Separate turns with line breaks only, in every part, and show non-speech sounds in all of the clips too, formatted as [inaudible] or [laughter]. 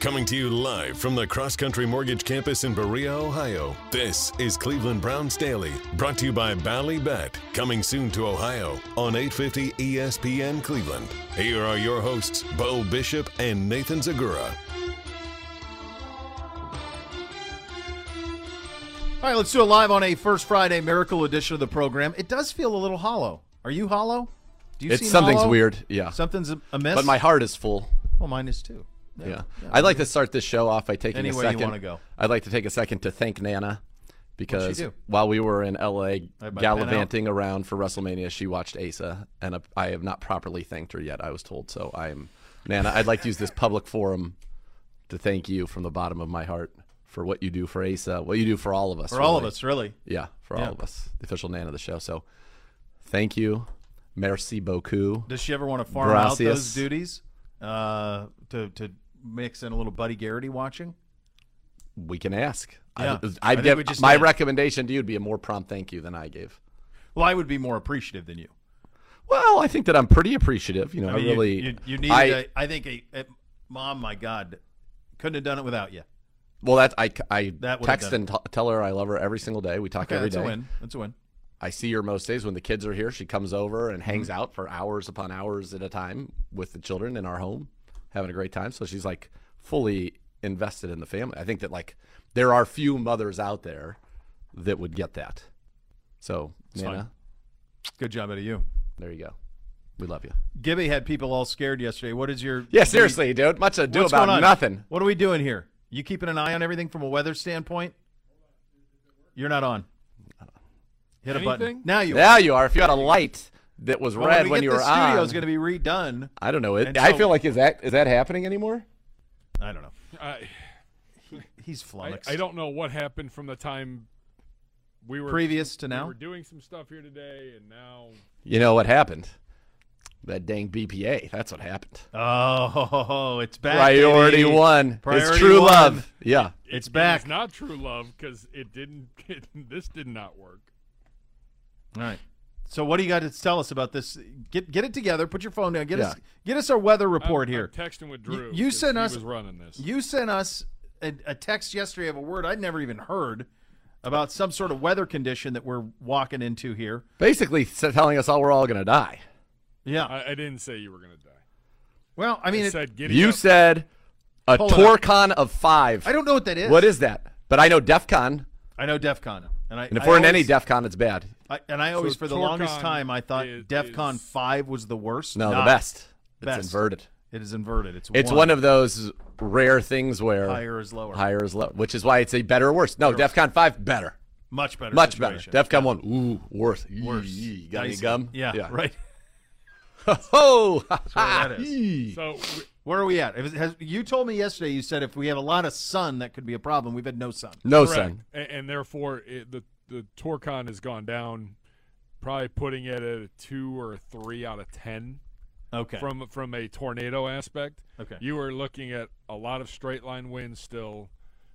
Coming to you live from the Cross Country Mortgage Campus in Berea, Ohio. This is Cleveland Browns Daily, brought to you by Ballybet. Coming soon to Ohio on E 850 ESPN Cleveland. Here are your hosts, Bo Bishop and Nathan Zagura.
All right, let's do it live on a first Friday miracle edition of the program. It does feel a little hollow. Are you hollow? Do you
It's
seem
something's
hollow?
weird, yeah.
Something's amiss.
But my heart is full.
well, mine is too.
Yeah. I'd like to start this show off by taking
Any
a
way you
second.
wanna go.
I'd like to take a second to thank Nana because
do?
while we were in LA
Everybody
gallivanting around for WrestleMania, she watched Asa, and uh, I have not properly thanked her yet, I was told. So I'm, Nana, I'd like to use this public forum to thank you from the bottom of my heart for what you do for Asa, what you do for all of us.
For all of
really.
us, really.
Yeah, for all of us, the official Nana of the show. So thank you. Merci beaucoup.
Does she ever want to farm out those
Gracias. duties,
duties uh, to to mix in a little Buddy Garrity watching?
We can ask.
Yeah.
I, uh,
I
I
think we
give
just
my
did.
recommendation to you would be a more prompt thank you than I gave.
Well, I would be more appreciative than you.
Well, I think that I'm pretty appreciative. You know, I,
mean, you-
really.
you, you, needed.
I,
a- I think a, a- mom. My God, couldn't have done it without you.
well, that I, I
That would've
text
done
and t- tell her I love her every single day. We talk
Okay,
every
that's
day.
a win. That's a win.
I see her most days when the kids are here. She comes over and hangs
Mm-hmm.
out for hours upon hours at a time with the children in our home, having a great time. So she's like fully invested in the family. I think that like there are few mothers out there that would get that. So, Nana,
fine. Good job out of you.
there you go. We love you.
Gibby had people all scared yesterday. What is your?
Yeah, seriously, dude. Much ado
What's going
about
on?
nothing.
What are we doing here? You keeping an eye on everything from a weather standpoint? You're not on. Hit a button.
Anything?
Now you.
Now you are. If you had a light that was
But
red
we
when
get
you
the
were
studio
on,
is going to be redone.
I don't know. It,
And
I
so-
feel like is that is that happening anymore?
I don't know.
I,
He's
I,
flummoxed.
I don't know what happened from the time we were
Previous to now?
We were doing some stuff here today, and now
You know what happened? That dang BPA. That's what happened.
[laughs]
Oh, it's back.
Priority
baby.
one.
Priority
it's true
one.
love. Yeah.
It's
It's
back.
not true love because it didn't. [laughs] this did not work.
All right. So what do you got to tell us about this? Get get it together. Put your phone down. Get us
Yeah.
get us our weather
I'm-
report
I'm
here.
texting with Drew.
you
'cause
sent
he
us-
was running this.
You sent us a, a text yesterday of a word I'd never even heard about some sort of weather condition that we're walking into here.
Basically s- telling us all we're all gonna die.
Yeah.
I, I didn't say you were going to die.
well, I mean,
I
it,
said giddy
You
up.
said a
Pull it up.
Torcon of five.
I don't know what that is.
What is that? But I know DEF CON,
I know DEF CON, and I
and if
I
we're in
always-
any DEF CON, it's bad.
I, and I always
So
for the
Torcon
longest time I thought
is-
DEF CON
is-
five was the worst.
No,
Nah,
the best.
Best.
It's inverted.
It is inverted. It's
It's one, of those rare things where
higher is lower.
higher is low, which is why it's a better or worse. No, DEF CON five better,
Much better.
much
situation.
better. DEF CON one, ooh, worse, worse. got any
Nice.
gum?
Yeah, [laughs]
[laughs]
right. [laughs]
Oh,
where that is.
[laughs] Yee.
So we-
Where are we at? If it has, you told me yesterday. You said if we have a lot of sun, that could be a problem. We've had no sun.
no
correct.
son.
A- And, therefore, it, the the Torcon has gone down, probably putting it at a two or a three out of ten
Okay.
from from a tornado aspect.
Okay.
You are looking at a lot of straight line winds still,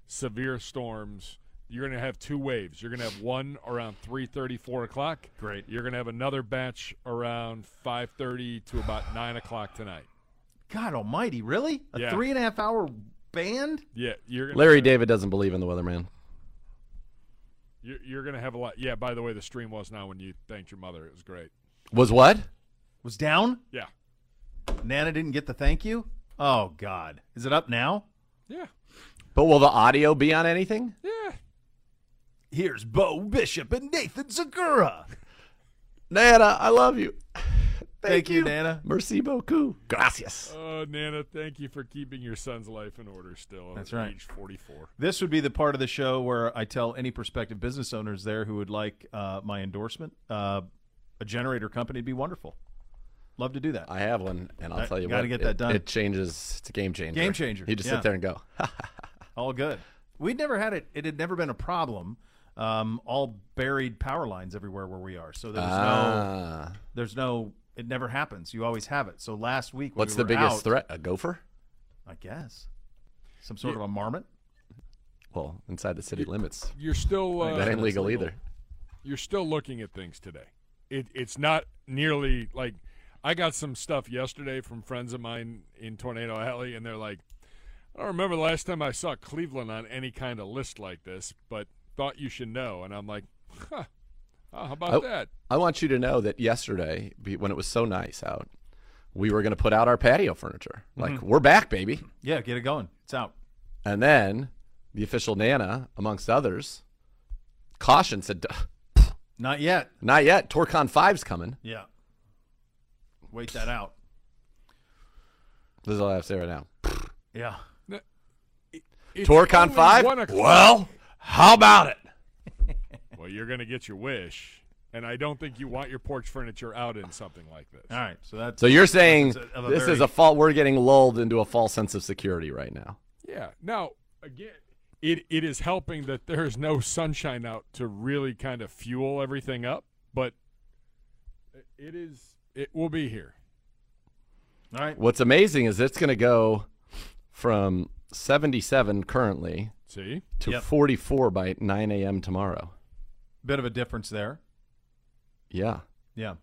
severe storms. You're going to have two waves. You're going to have one around 3:30, 4 o'clock.
Great.
You're going to have another batch around 5:30 to about 9 o'clock tonight.
God Almighty, really? A
Yeah.
three and a half hour band?
Yeah, you're gonna,
Larry David doesn't believe in the weatherman.
You're, you're going to have a lot. Yeah. By the way, the stream was now when you thanked your mother. It was great.
Was what?
Was down.
Yeah.
Nana didn't get the thank you. Oh God, is it up now?
Yeah.
But will the audio be on anything?
Yeah.
Here's Bo Bishop and Nathan Segura.
Nana, I love you.
Thank you, Nana.
Merci beaucoup. Gracias.
Oh, Nana, thank you for keeping your son's life in order still.
That's
at
right.
Age 44.
This would be the part of the show where I tell any prospective business owners there who would like uh, my endorsement, uh, a generator company would be wonderful. Love to do that.
I have one, and I'll
I
tell you
gotta
what,
get
it-
that done.
It changes. It's a game changer.
Game changer,
You just
yeah.
sit there and go. "Ha,
All good. We'd never had it. It had never been a problem. Um, all buried power lines everywhere where we are. So there was no.
ah.
There's no. It never happens. You always have it. So last week, when
What's
we
the
were
biggest
out,
threat? A gopher?
I guess some sort of a marmot.
Well, inside the city limits.
[laughs]
You're still uh,
That ain't legal, either.
you're still looking at things today. It, it's not nearly like I got some stuff yesterday from friends of mine in Tornado Alley, and they're like, I don't remember the last time I saw Cleveland on any kind of list like this, but thought you should know. And I'm like, huh, oh, how about
Oh.
that?
I want you to know that yesterday, be- when it was so nice out, we were going to put out our patio furniture.
Mm-hmm.
Like, we're back, baby.
Yeah, get it going. It's out.
And then the official Nana, amongst others, cautioned, said, "Duh,
Not yet.
not yet. Torcon 5's coming.
Yeah. Wait that out.
This is all I have to say right now.
Yeah.
It's
Torcon
only
5?
one o'clock.
Well, how about it?
Well, you're going to get your wish. And I don't think you want your porch furniture out in something like this.
All right. So that's
So you're saying
Of a- of a
this
very-
is a fault. We're getting lulled into a false sense of security right now.
Yeah. Now, again, it, it is helping that there is no sunshine out to really kind of fuel everything up, but it is it will be here.
all right.
What's amazing is it's going to go from 77 currently
See?
to
Yep.
44 by 9 a.m. tomorrow.
Bit of a difference there.
Yeah.
Yeah.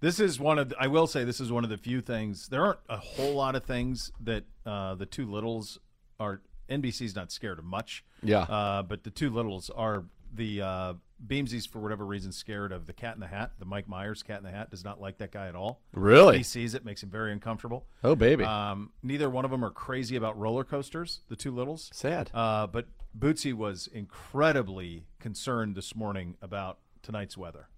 This is one of, I will say, this is one of the few things. There aren't a whole lot of things that uh, the two littles are, NBC's not scared of much.
Yeah.
Uh, but the two littles are the uh, Beamsies, for whatever reason, scared of the cat in the hat. The Mike Myers cat in the hat does not like that guy at all. He
Really?
sees it, makes him very uncomfortable.
Oh, baby.
Um, neither one of them are crazy about roller coasters, the two littles.
Sad.
Uh, but Bootsy was incredibly concerned this morning about tonight's weather.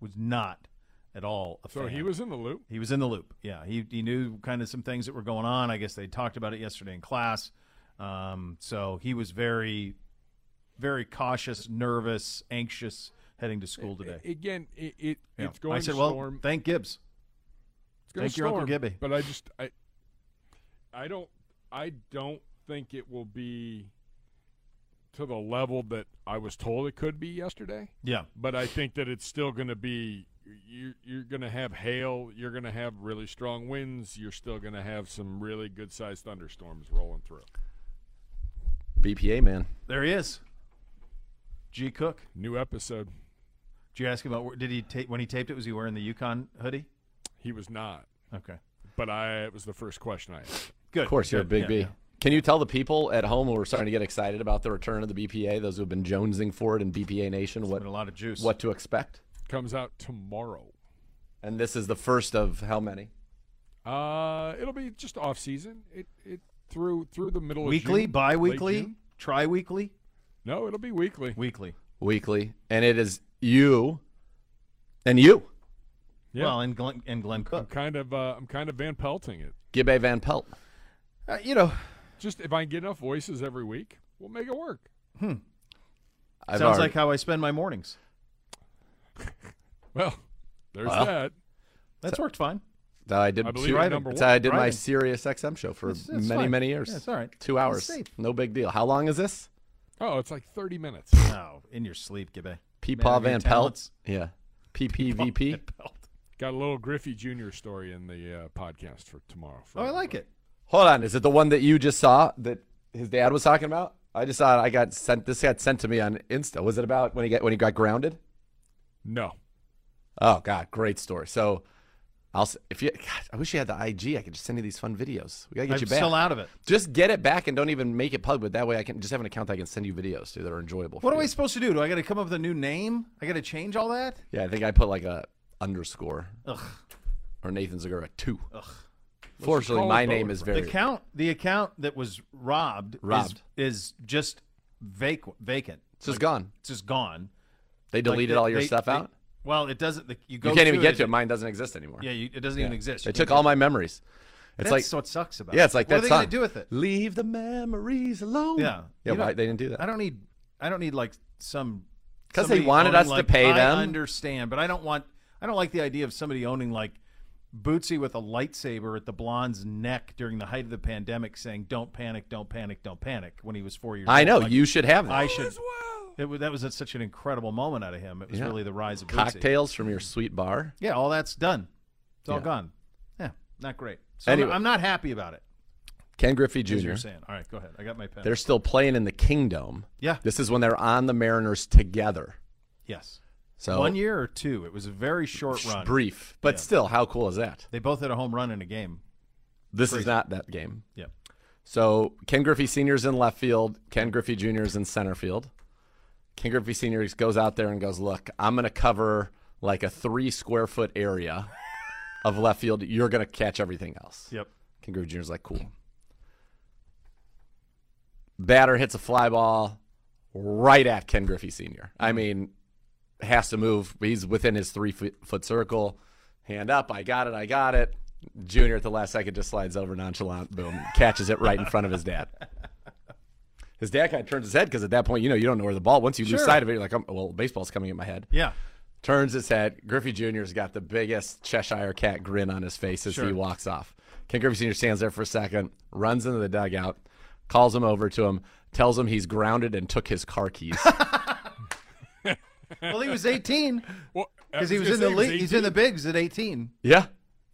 Was not at all a
So
fan.
he was in the loop.
He was in the loop. Yeah, he he knew kind of some things that were going on. I guess they talked about it yesterday in class. Um, so he was very, very cautious, nervous, anxious heading to school today.
Again, it, it
Yeah.
it's going
I said,
to
"Well,
storm.
thank Gibbs."
it's going
thank
to
your
storm,
Uncle Gibby.
But I just I I don't I don't think it will be to the level that I was told it could be yesterday.
Yeah,
but I think that it's still going to be you, you're going to have hail, you're going to have really strong winds, you're still going to have some really good sized thunderstorms rolling through.
BPA man.
there he is. G. Cook.
New episode.
Did you ask him about? Did he tape when he taped it? Was he wearing the Yukon hoodie?
He was not,
Okay.
but I it was the first question I asked.
Good.
Of course, you're a
Good.
big
Yeah,
B.
yeah.
Can you tell the people at home who are starting to get excited about the return of the BPA, those who have been jonesing for it in BPA Nation, what
Been a lot of juice.
what to expect?
Comes out tomorrow.
And this is the first of how many?
Uh, it'll be just off season. It it through through the middle
Weekly,
of June, late
bi-weekly,
June.
tri-weekly,
No, it'll be weekly.
weekly.
Weekly. And it is you and you,
Yeah.
Well, and Glenn and Glenn
I'm
Cook.
kind of uh, I'm kind of van pelting it.
Gibbe Van Pelt.
Uh, you know,
Just if I can get enough voices every week, we'll make it work.
I've
sounds
already-
like how I spend my mornings.
Well, there's
Well.
that.
That's worked fine.
That's how I did
I believe
two-
you're number
that's
one.
how I did my
Right.
Sirius XM show for
That's- that's
many,
fine.
many years.
Yeah, it's all right.
Two hours.
safe.
No big deal. How long is this?
Oh, it's like 30 minutes.
Oh, in your sleep, Gibbe. Man
Peepaw
of your
Van
talents.
Pelt. Yeah. PPVP.
Got a little Griffey Jr. story in the uh, podcast for tomorrow. For
Oh, I like it.
Hold on. Is it the one that you just saw that his dad was talking about? I just saw it. I got sent. This got sent to me on Insta. Was it about when he got when he got grounded?
No.
Oh God, great story. So, I'll s- if you. God, I wish you had the IG. I could just send you these fun videos. We gotta get
I'm
you back.
still out of it.
Just get it back and don't even make it public. That way, I can just have an account that I can send you videos to that are enjoyable.
What
for
am I
you.
supposed to do? Do I got to come up with a new name? I got to change all that?
Yeah, I think I put like a underscore
Ugh.
or Nathan Zagura a two. Fortunately, my name is
The
very
account, the account that was robbed, is-
Robbed.
is, just vac- vacant.
it's just gone.
It's just gone.
They
Like,
deleted
they-
all your
they-
stuff
they-
out.
Well, it doesn't. The, you go.
You can't even
to
get
it,
to it. Mine doesn't exist anymore.
Yeah, you, it doesn't even exist.
They
You
took
can't-
all my memories. It's
That's
like
what sucks about.
yeah,
it.
it's like
what
that
are they
song.
gonna do with it?
Leave the memories alone.
Yeah.
yeah.
You
Why
don't-
they didn't do that?
I don't need. I don't need like some.
'Cause they
somebody
wanted
owning,
us to
like,
pay them.
I understand, but I don't want. I don't like the idea of somebody owning like Bootsy with a lightsaber at the blonde's neck during the height of the pandemic, saying "Don't panic, don't panic, don't panic" when he was four years.
I
old.
know
Like,
you should have that.
I should. It was, that was a- such an incredible moment out of him. It was
Yeah.
really the rise of Bootsy.
cocktails from your sweet bar.
Yeah, all that's done. It's all
Yeah.
gone. Yeah, not great. So
Anyway.
I'm, I'm not happy about it.
Ken Griffey
As
Jr.
you're saying. All right, go ahead. I got my pen.
They're still playing in the Kingdom.
yeah.
This is when they're on the Mariners together.
yes.
So
One year or two. It was a very short run.
Oh. brief, but still, how cool is that?
They both had a home run in a game.
This is not that game.
Yeah.
So Ken Griffey Senior's in left field. Ken Griffey Junior's in center field. Ken Griffey Senior goes out there and goes, "Look, I'm going to cover like a three square foot area of left field. You're going to catch everything else."
Yep.
Ken Griffey Junior's like, "Cool." Batter hits a fly ball right at Ken Griffey Senior. I mean, has to move. He's within his three foot, foot circle. Hand up. I got it. I got it. Junior at the last second just slides over nonchalant. Boom. Catches it right in front of his dad. His dad kind of turns his head because at that point, you know, you don't know where the ball. Once you lose
Sure.
sight of it, you're like, "Um, well, baseball's coming at my head.
Yeah.
Turns his head. Griffey Jr.'s got the biggest Cheshire cat grin on his face as he
Sure.
walks off. Ken Griffey Sr. stands there for a second, runs into the dugout, calls him over to him, tells him he's grounded and took his
[laughs]
car keys.
Well,
[laughs]
he was 18
Well, I
because he was
gonna
in the
say it
league. He's in the bigs at 18.
yeah.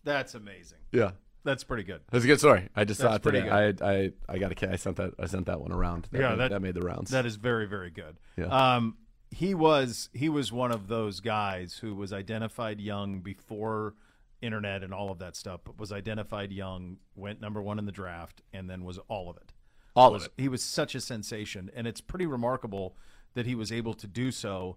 That's amazing.
Yeah.
That's pretty good.
That's a good story. I just saw it
That's pretty
today. I I I got a ca- I sent that I sent that one around. That
Yeah,
made, that,
that-
made the rounds.
That is very very good.
Yeah.
Um, he was he was one of those guys who was identified young before internet and all of that stuff, but was identified young, went number one in the draft, and then was all of it.
All
was,
of it.
He was such a sensation, and it's pretty remarkable that he was able to do so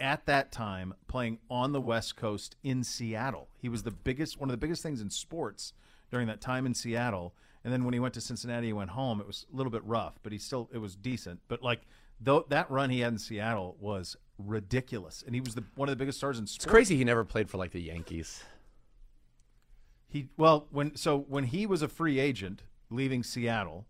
at that time, playing on the West Coast in Seattle. He was the biggest, one of the biggest things in sports during that time in Seattle. And then when he went to Cincinnati, he went home. It was a little bit rough, but he still it was decent. But like though that run he had in Seattle was ridiculous, and he was the one of the biggest stars in sports.
it's crazy he never played for like the Yankees.
He well when so when he was a free agent leaving Seattle,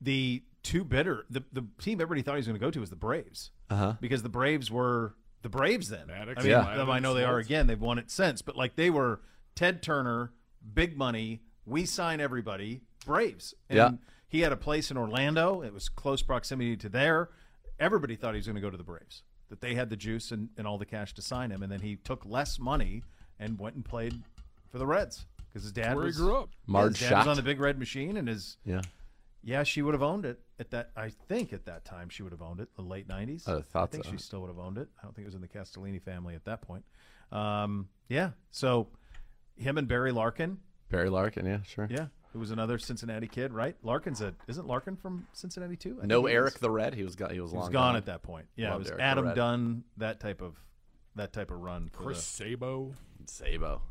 the two bidder the, the team everybody thought he was going to go to was the Braves uh-huh. because the Braves were the Braves then.
Maddox,
I mean,
Yeah.
them I know they are
Smoltz.
again. They've won it since, but like they were Ted Turner, big money. We sign everybody. Braves. And
Yeah.
He had a place in Orlando. It was close proximity to there. Everybody thought he was going to go to the Braves. That they had the juice and, and all the cash to sign him, and then he took less money and went and played for the Reds because his dad
where he
was
grew up.
Marge
his dad was
shot.
on the big red machine, and his
yeah.
yeah, she would have owned it at that. I think at that time she would have owned it. The late nineties.
I would've thought
think
so.
she still would have owned it. I don't think it was in the Castellini family at that point. Um, yeah. So him and Barry Larkin.
Barry Larkin, yeah, sure.
Yeah, who was another Cincinnati kid, right? Larkin's a isn't Larkin from Cincinnati too? I think he
No
was.
Eric the Red. He was gone. He was,
He was
long
gone at that point. Yeah,
Loved
it was
Eric the
Adam
Red.
Dunn. That type of that type of run. For
Chris
the-
Sabo.
Sabo.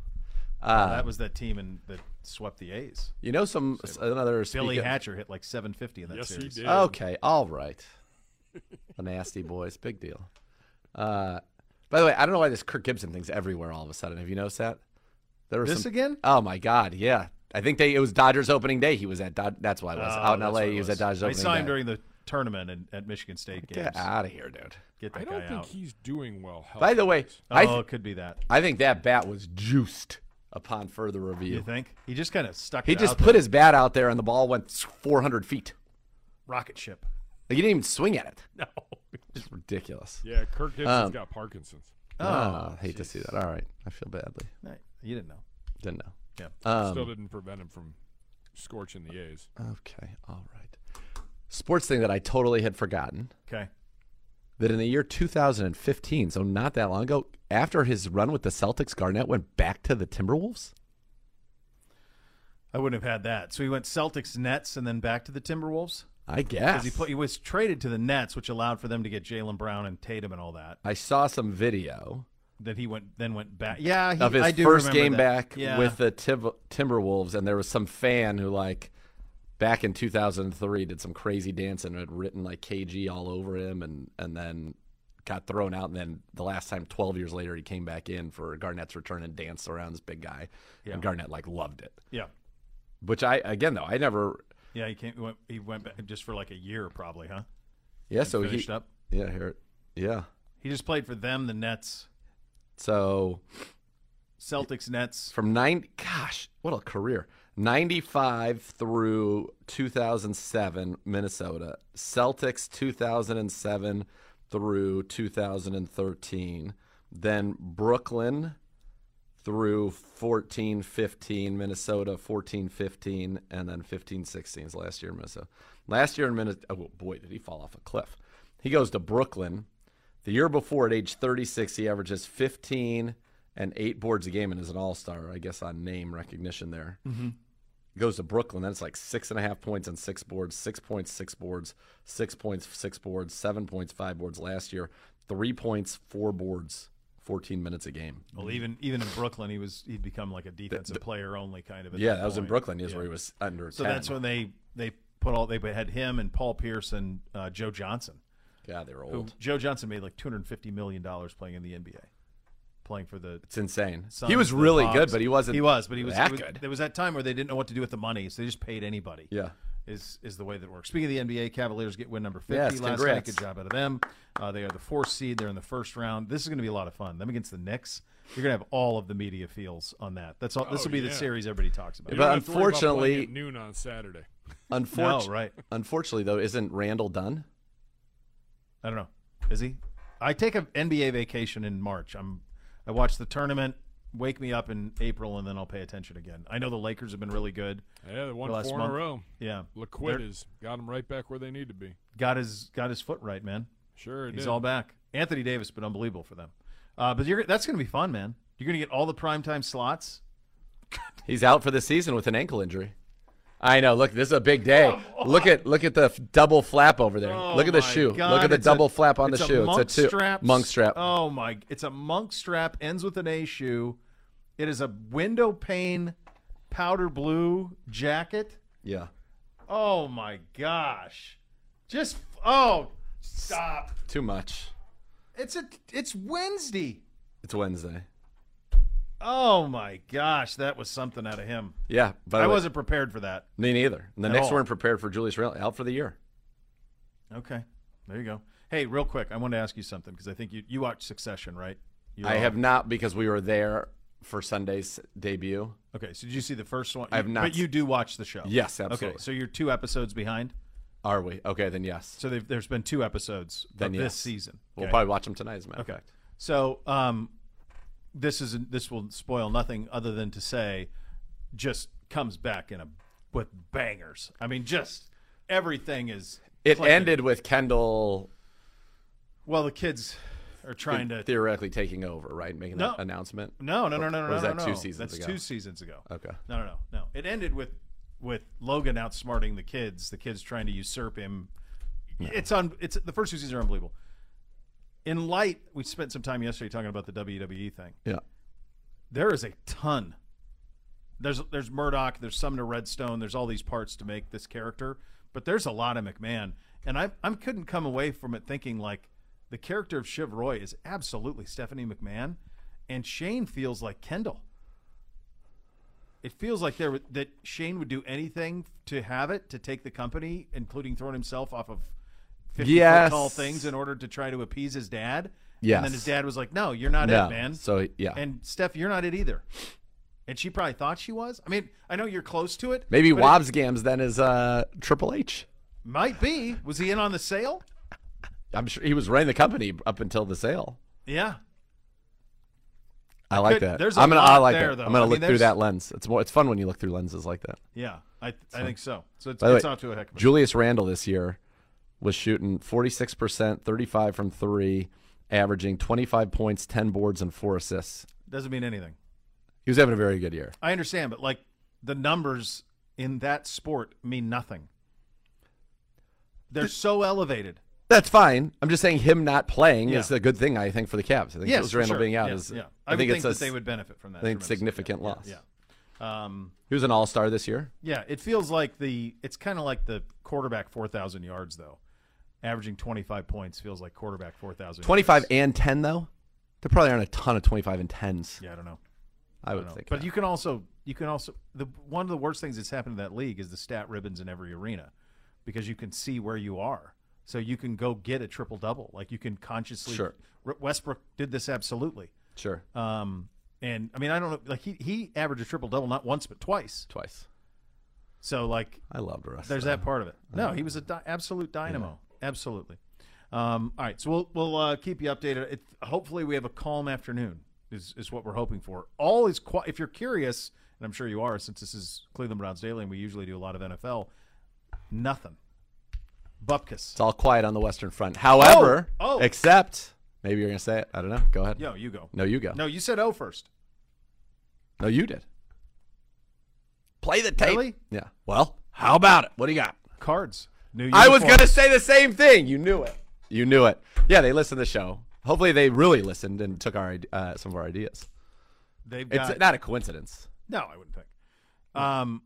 uh,
that was that team and that swept the A's.
You know some s- another
Billy
speaking-
Hatcher hit like 750 in that
Yes, he
series.
did.
Okay, all
[laughs]
right. the nasty boys, big deal. Uh, by the way, I don't know why this Kirk Gibson thing's everywhere all of a sudden. Have you noticed that? There was
This again?
Oh my God, yeah. I think they it was Dodgers opening day. He was at Dod- that's why it was
Oh,
out in
that's
L.A.
what it
He was at
was.
Dodgers
I
opening
saw him
day.
during the tournament in, at Michigan State games.
Get out of here, dude.
Get that
I don't
guy
think
out.
he's doing well.
By the way,
Oh,
I th-
it could be that.
I think that bat was juiced upon further
You
review.
think he just kind of stuck?
He
it
just
out
put his bat out there and the ball went 400 feet.
there. rocket ship. [laughs]
Like, he didn't even swing at it.
No.
It's ridiculous.
yeah, Kirk Gibson's
Um,
got Parkinson's.
Oh, I hate to see that. All right, I feel badly.
No, You didn't know.
Didn't know.
Yeah.
Um,
Still didn't prevent him from scorching the A's.
Okay, all right. Sports thing that I totally had forgotten
Okay.
that in the year 2015, so not that long ago, after his run with the Celtics, Garnett went back to the Timberwolves.
I wouldn't have had that. So he went Celtics, Nets, and then back to the Timberwolves.
I
Because
guess.
he, pla- he was traded to the Nets, which allowed for them to get Jalen Brown and Tatum and all that.
I saw some video
That he went then went back. Yeah, he,
of his
I do
first
remember
game
that.
back
Yeah.
with the Tim- Timberwolves, and there was some fan who like back in 2003 did some crazy dance and had written like KG all over him, and and then got thrown out, and then the last time, 12 years later, he came back in for Garnett's return and danced around this big guy, and Garnett like loved it.
Yeah.
Which I again though I never
Yeah, he came. He went, he went back just for like a year, probably, huh?
yeah so he
Finished up.
yeah here it- yeah
He just played for them, the Nets,
so
Celtics, Nets.
from nine gosh what a career 95 through 2007 minnesota celtics 2007 through 2013 then brooklyn through 14 15 minnesota 14 15 and then 15 16 is last year in minnesota last year in minnesota oh boy did he fall off a cliff he goes to brooklyn the year before, at age 36, he averages 15 and eight boards a game and is an all star, I guess, on name recognition there. Mm-hmm. Goes to Brooklyn, then it's like six and a half points and six boards, six points, six boards, six points, six boards, seven points, five boards last year, three points, four boards, 14 minutes a game.
Well, even even in Brooklyn, he was he'd become like a defensive player only kind of. At
Yeah, that was in
point.
Brooklyn, is where he was under
So
10.
that's when they they put all they had him and Paul Pierce and uh, Joe Johnson.
God, they were
who-
old.
Joe Johnson made like two hundred fifty million dollars playing in the NBA, playing for the.
It's insane.
Suns,
He was
the
really
Hawks.
good, but he wasn't
He was, but he was
that
it was-
good.
There was that time where they didn't know what to do with the money, so they just paid anybody.
Yeah.
is is the way that it works. Speaking of the NBA, Cavaliers get win number fifty
Yes,
last night.
congrats.
Good job out of them. Uh, they are the fourth seed. They're in the first round. This is going to be a lot of fun. Them against the Knicks. You're going to have all of the media feels on that. That's all. This will be the
Oh, yeah.
series everybody talks about.
You
But
don't have to worry about playing
unfortunately-
at noon on Saturday.
Unfortunately,
No, right.
unfortunately, though, isn't Randall done?
I don't know. Is he? I take a NBA vacation in March. I'm. I watch the tournament. Wake me up in April, and then I'll pay attention again. I know the Lakers have been really good.
Yeah, they won
The last
four in
month.
a row.
Yeah,
Liquid is got them right back where they need to be.
got his got his foot right, man.
Sure, it
He's
did.
all back. Anthony Davis been unbelievable for them. Uh, but you're that's going to be fun, man. You're going to get all the primetime slots.
He's out for the season with an ankle injury. I know. Look, this is a big day. Look at look at the f- double flap over there.
Oh
look at the
my
shoe.
God,
look at the
it's
double
a-
flap on the
it's
shoe.
A monk
it's a two
Strap.
monk strap.
Oh my! It's a monk strap. Ends with an A shoe. It is a window pane, powder blue jacket.
Yeah,
Oh my gosh! Just oh, stop!
too much.
It's a it's Wednesday.
It's Wednesday.
Oh my gosh, that was something out of him.
Yeah, but
I wasn't prepared for that.
Me neither. And the
At
Knicks
all.
weren't prepared for Julius Randle out for the year.
Okay, there you go. Hey, real quick, I want to ask you something because I think you you watch Succession, right? You're
I
all-
have not because we were there for Sunday's debut.
Okay, so did you see the first one?
I have
You-
not
But you
s-
do watch the show.
Yes, absolutely.
Okay, so you're two episodes behind.
Are we okay? Then yes.
So they've, there's been two episodes
Then
of
yes.
this season.
We'll
Okay.
probably watch him tonight. As a matter of
Okay.
fact.
So um, this is this will spoil nothing other than to say, just comes back in a with bangers. I mean, just everything is.
It
clicking.
ended with Kendall
Well, the kids are trying to.
theoretically taking over, right? Making
No.
that announcement.
No, no, no, no, no,
Or was
no,
that
no.
two seasons
That's
ago?
two seasons ago.
Okay.
No, no, no, no. It ended with with Logan outsmarting the kids. The kids trying to usurp him. It's on. It's the first two seasons are unbelievable. In light, we spent some time yesterday talking about the WWE thing.
Yeah.
There is a ton. There's there's Murdoch. There's Sumner Redstone. There's all these parts to make this character, but there's a lot of McMahon, and I I couldn't come away from it thinking like the character of Shiv Roy is absolutely Stephanie McMahon, and Shane feels like Kendall it feels like there would- that Shane would do anything to have it to take the company, including throwing himself off of fifty foot
Yes.
tall things in order to try to appease his dad. And
Yes.
then his dad was like, "No, you're not
No.
it, man."
So, yeah.
And Steph, you're not it either. And she probably thought she was. I mean, I know you're close to it.
Maybe
but
Wobbs Gams then is uh, Triple H.
it might be. Was he in on the sale?
I'm sure he was running the company up until the sale.
Yeah.
I like
could-
that.
there's a
I'm gonna.
lot
I like
there,
that.
though.
I'm gonna
I mean,
look through
there's-
that lens. It's more. It's fun when you look through lenses like that.
Yeah. I I think so. So it's,
By the
it's
way,
off to a heck of a
Julius Randle this year was shooting 46 percent, 35 from three, averaging 25 points, 10 boards, and four assists.
doesn't mean anything.
He was having a very good year.
I understand, but like the numbers in that sport mean nothing. They're so elevated.
That's fine. I'm just saying him not playing
Yeah.
is a good thing. I think for the Cavs. I think Julius
for
Randle
sure.
being out
Yeah,
is.
yeah. I,
I,
would
think
think,
it's a,
that they would benefit from that.
I think
tremendously.
significant
Yeah,
loss.
Yeah, yeah. Um,
He was an All Star this year.
yeah, it feels like the it's kind of like the quarterback four thousand yards though. averaging 25 points feels like quarterback 4,000.
25 and 10, though? There probably aren't a ton of 25 and 10s,
Yeah, I don't know.
I would
I don't know.
think.
But you can also you can also the one of the worst things that's happened to that league is the stat ribbons in every arena because you can see where you are. So you can go get a triple double. Like you can consciously
Sure.
R- Westbrook did this absolutely.
sure.
Um and I mean I don't know like he he averaged a triple double not once but twice.
Twice.
So like
I loved Russ.
there's that part of it. No, he was a di- absolute dynamo. Absolutely. Um, all right, so we'll we'll uh, keep you updated. It, hopefully, we have a calm afternoon. Is is what we're hoping for. All is qui- if you're curious, and I'm sure you are, since this is Cleveland Browns Daily, and we usually do a lot of NFL. Nothing. Bupkis.
It's all quiet on the Western Front. However,
Oh, oh.
except maybe you're going to say it. I don't know. Go ahead.
Yo, you go.
No, you go.
No, you said O first.
No, you did. Play the tape.
Really?
Yeah. Well, how about it? What do you got?
Cards. New
I was
uniform.
going to say the same thing. You knew it. You knew it. Yeah, they listened to the show. Hopefully, they really listened and took our ide- uh, some of our ideas.
They've
It's
got
not a coincidence.
No, I wouldn't think. Um,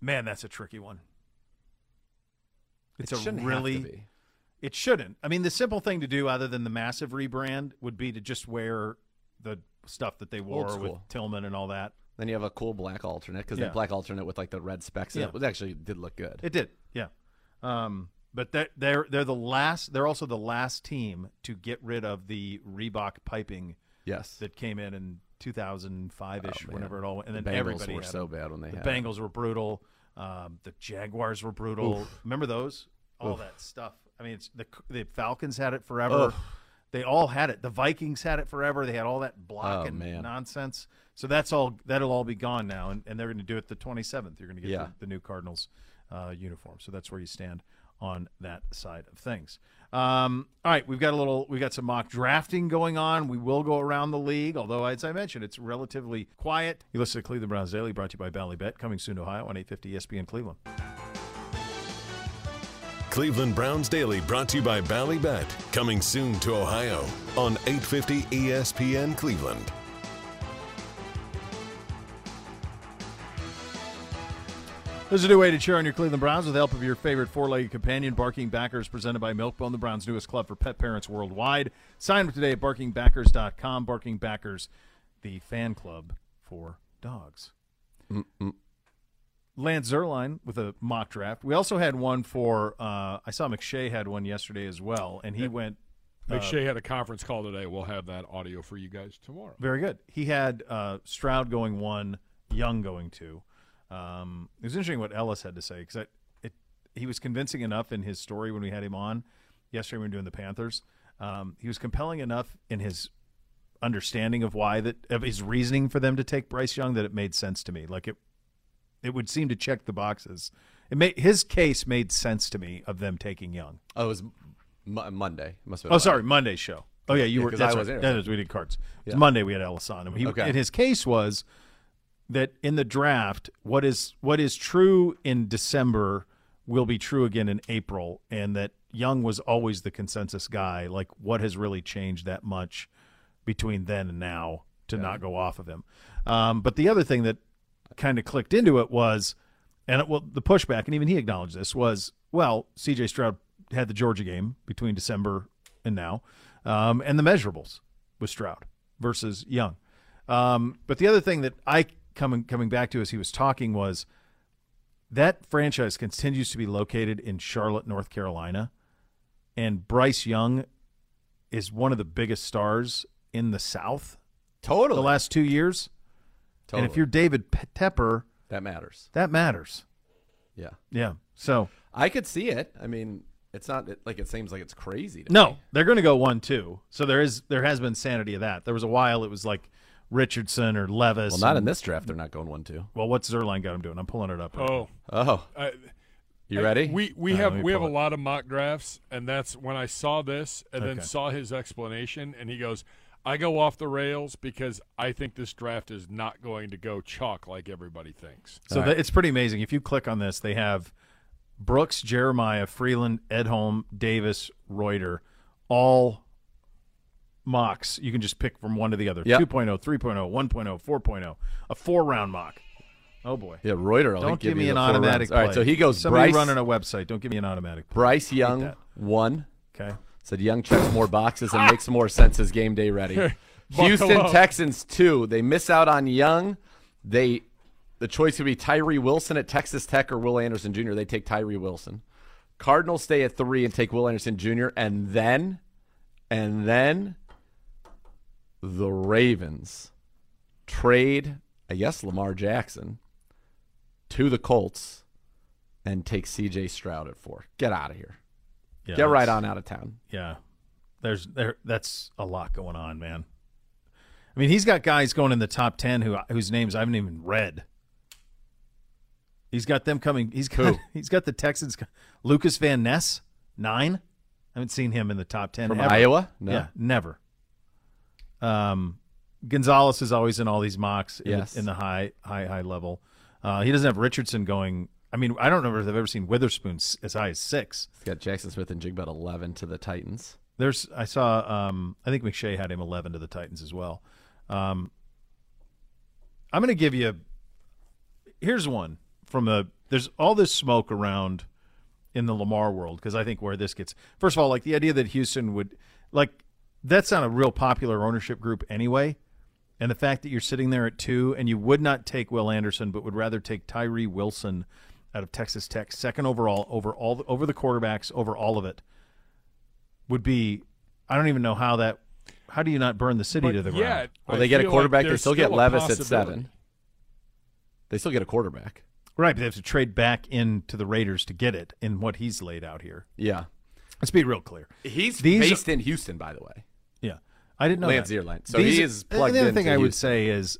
man, that's a tricky one. It's
It
a
shouldn't have to
really.
be.
It shouldn't. I mean, the simple thing to do, other than the massive rebrand, would be to just wear the stuff that they wore with
school.
Tillman and all that.
Then you have a cool black alternate because
Yeah.
the black alternate with like the red specks in
Yeah.
it was actually did look good.
It did, yeah. Um, but they're, they're they're the last. They're also the last team to get rid of the Reebok piping
yes. Oh,
that came in in 2005 ish,
man.
whenever it all. went. And
the
then
Bengals
everybody
were
had
so
them.
bad when they
The
had it.
Bengals were brutal. Um, the Jaguars were brutal. Remember those? All that stuff. I mean, it's the the Falcons had it forever.
Oof.
They all had it. The Vikings had it forever. They had all that
Oh,
blocking
man.
nonsense. So that's all. That'll all be gone now, and, and they're going to do it the 27th. You're going to get
Yeah.
the, the new Cardinals uh, uniform. So that's where you stand on that side of things. Um, all right, we've got a little. We got some mock drafting going on. We will go around the league, although as I mentioned, it's relatively quiet. You listen to Cleveland Browns Daily, brought to you by Ballybet, coming soon to Ohio on E 850 ESPN Cleveland.
Cleveland Browns Daily brought to you by Ballybet. Coming soon to Ohio on E 850 ESPN Cleveland.
There's a new way to cheer on your Cleveland Browns with the help of your favorite four-legged companion, Barking Backers, presented by Milkbone, the Browns' newest club for pet parents worldwide. Sign up today at BarkingBackers.com. Barking Backers, the fan club for dogs. Lance Zerline with a mock draft. We also had one for. Uh, I saw McShay had one yesterday as well, and he went
Make
uh,
sure you had a conference call today. We'll have that audio for you guys tomorrow.
Very good. He had uh, Stroud going one, Young going two. Um, it was interesting what Ellis had to say because it, it, he was convincing enough in his story when we had him on yesterday when we were doing the Panthers. Um, he was compelling enough in his understanding of why that of his reasoning for them to take Bryce Young that it made sense to me. Like it, it would seem to check the boxes. It made his case made sense to me of them taking Young.
Oh, it was Mo- Monday. It must have been
Oh, sorry, Monday's show. Oh yeah, you
uh, Yeah,
were.
'cause
That's
I
right.
wasn't
That
here.
is, we did cards. It was Monday we had Ellis on, and, he,
Okay.
and his case was that in the draft, what is what is true in December will be true again in April, and that Young was always the consensus guy. Like, what has really changed that much between then and now to not go off of him? Um, but the other thing that kind of clicked into it was, and it, well, the pushback, and even he acknowledged this was, well, C.J. Stroud had the Georgia game between December and now, um, and the measurables with Stroud versus Young. Um, but the other thing that I coming coming back to as he was talking was that franchise continues to be located in Charlotte, North Carolina, and Bryce Young is one of the biggest stars in the South
Totally.
the last two years.
totally.
And if you're David Pe- Tepper,
that matters.
that matters.
Yeah.
Yeah. So
I could see it. I mean, it's not it- like it seems like it's crazy. To
no, they're going to go one two. So there is there has been sanity of that. There was a while it was like Richardson or Levis.
Well, not
and-
in this draft. They're not going one two.
well, what's Zerline got him doing? I'm pulling it up. right
Oh,
Oh,
I,
you ready?
we we
Uh, let
have
me
we have a
pull it.
lot of mock drafts, and that's when I saw this, and
Okay.
then saw his explanation, and he goes, "I go off the rails because I think this draft is not going to go chalk like everybody thinks."
So that, it's pretty amazing. If you click on this, they have Brooks, Jeremiah, Freeland, Edholm, Davis, Reuter, all mocks. oh, You can just pick from one to the other
Yep.
2.0, 3.0, 1.0, 4.0, a four round oh, mock. Oh boy.
Yeah, Reuter. will
Don't
give,
give me
you
an
the four
automatic
runs. All right,
play.
so he goes
Somebody
Bryce,
running a website. Don't give me an automatic. play.
Bryce Young
that.
one.
Okay.
Said Young checks more boxes and makes more sense as game day ready. Houston
up.
Texans two. They miss out on Young. They the choice would be Tyree Wilson at Texas Tech or Will Anderson Jr. They take Tyree Wilson. Cardinals stay at three and take Will Anderson Jr. And then and then the Ravens trade, I guess, Lamar Jackson to the Colts and take CJ Stroud at four. Get out of here.
Yeah,
Get right
that's-
on out of town.
Yeah. There's there. That's a lot going on, man. I mean, he's got guys going in the top ten who whose names I haven't even read. He's got them coming. He's got
Who?
[laughs] he's got the Texans. co- Lucas Van Ness nine. I haven't seen him in the top ten
From
ever.
Iowa? No.
Yeah, never. Um, Gonzalez is always in all these mocks in,
Yes.
the, in the high, high, high level. Uh, he doesn't have Richardson going. I mean, I don't remember if I've ever seen Witherspoon s- as high as six.
He's got Jackson Smith and Jigba at 11 to the Titans.
There's, I saw, um, I think McShay had him 11 to the Titans as well. Um, I'm going to give you, here's one from the, there's all this smoke around in the Lamar world because I think where this gets, first of all, like the idea that Houston would, like, that's not a real popular ownership group anyway. And the fact that you're sitting there at two and you would not take Will Anderson, but would rather take Tyree Wilson out of Texas Tech, second overall, over all, the, over the quarterbacks, over all of it would be I don't even know how that how do you not burn the city
But
to the
yet,
ground?
Well,
I
they get a
feel like
quarterback. they
there's
still get
a
Levis at
possibility.
seven. They still get a quarterback.
Right, but they have to trade back into the Raiders to get it in what he's laid out here.
Yeah.
Let's be real clear.
He's
These-
based in Houston, by the way.
Yeah. I didn't know
Lance
that.
Zierlein. So he is plugged
The other
into
thing I would
Houston.
say is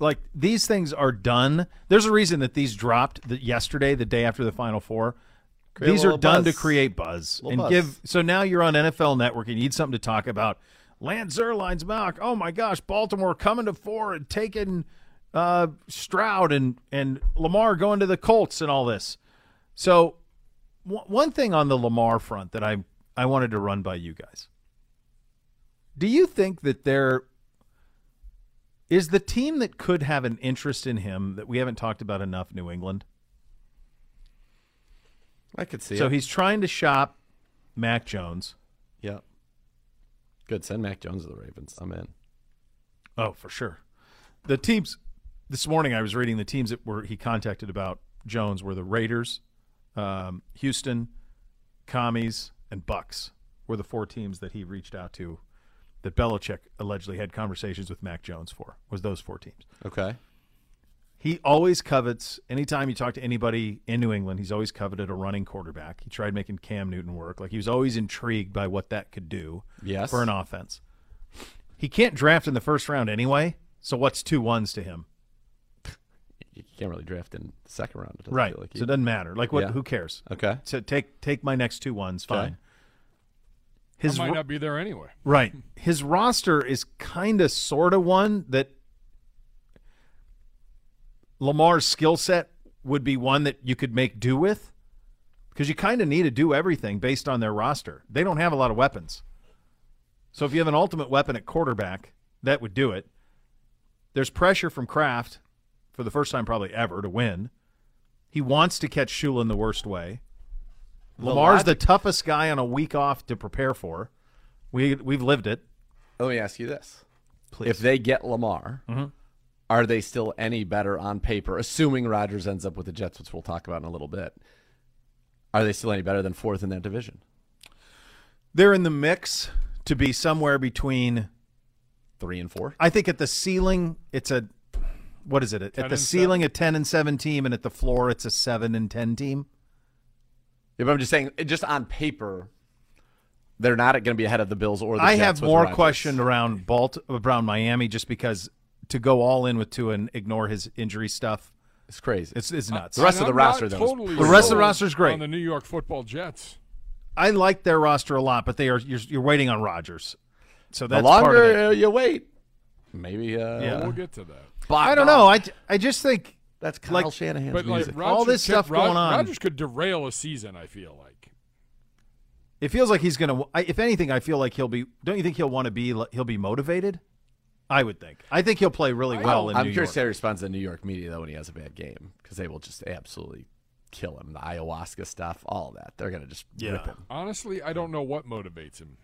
like these things are done. There's a reason that these dropped the, yesterday, the day after the final four.
Create a
these are
little
done to
buzz.
create buzz
Little
and
buzz.
give. So now you're on NFL Network and you need something to talk about. Lance Zerline's mock. Oh my gosh, Baltimore coming to four and taking uh, Stroud and and Lamar going to the Colts and all this. So w- one thing on the Lamar front that I I wanted to run by you guys. Do you think that there is the team that could have an interest in him that we haven't talked about enough? New England.
I could see
So
it.
he's trying to shop Mac Jones.
yeah. Good. Send Mac Jones to the Ravens. I'm in.
Oh, for sure. The teams this morning I was reading the teams that were he contacted about Jones were the Raiders, um, Houston, Commies, and Bucks were the four teams that he reached out to that Belichick allegedly had conversations with Mac Jones for was those four teams.
Okay.
He always covets anytime you talk to anybody in New England, he's always coveted a running quarterback. He tried making Cam Newton work. Like he was always intrigued by what that could do
Yes.
for an offense. He can't draft in the first round anyway, so what's two ones to him?
You can't really draft in the second round. It doesn't
Right.
feel like
so
you-
it doesn't matter. Like what
Yeah.
who cares?
okay.
So take take my next two ones, fine.
Okay.
I
His
might
ro-
not be there anyway.
Right. His roster is kind of sort of one that Lamar's skill set would be one that you could make do with because you kind of need to do everything based on their roster. They don't have a lot of weapons. So if you have an ultimate weapon at quarterback, that would do it. There's pressure from Kraft for the first time probably ever to win. He wants to catch Shula in the worst way. Lamar's the toughest guy on a week off to prepare for. We we've lived it.
Let me ask you this.
Please. Mm-hmm.
If they get Lamar, are they still any better on paper, assuming Rodgers ends up with the Jets, which we'll talk about in a little bit? Are they still any better than fourth in that division?
They're in the mix to be somewhere between
Three and four?
I think at the ceiling it's a what is it? At the
and
ceiling a 10 and 7 team and at the floor it's a 7 and 10 team.
Yeah, but I'm just saying, just on paper, they're not going to be ahead of the Bills or the
I
Jets
have
with
more
Rodgers.
question around Balt around Miami just because to go all in with Tua and ignore his injury stuff,
It's crazy.
it's it's nuts.
The rest
And
of the
I'm not
roster, though, is
totally
The rest of the
sold
roster's great.
On the New York Football Jets.
I like their roster a lot, but they are you're, you're waiting on Rodgers. So
the
that's part of it.
longer you wait, maybe. Uh,
Yeah.
We'll get to that.
Bob
I don't know. I, I just think
That's Kyle
Like-
Shanahan's
But like
music.
Rodgers
All this
could-
stuff
Rod-
going on.
Rodgers could derail a season. I feel like.
It feels like he's gonna. I, if anything, I feel like he'll be. Don't you think he'll want to be? He'll be motivated. I would think. I think he'll play really well in
Oh, I'm
New
curious how
York.
he responds to New York media though when he has a bad game because they will just absolutely kill him. The ayahuasca stuff, all that. They're gonna just rip
Yeah.
him.
Honestly, I don't know what motivates him.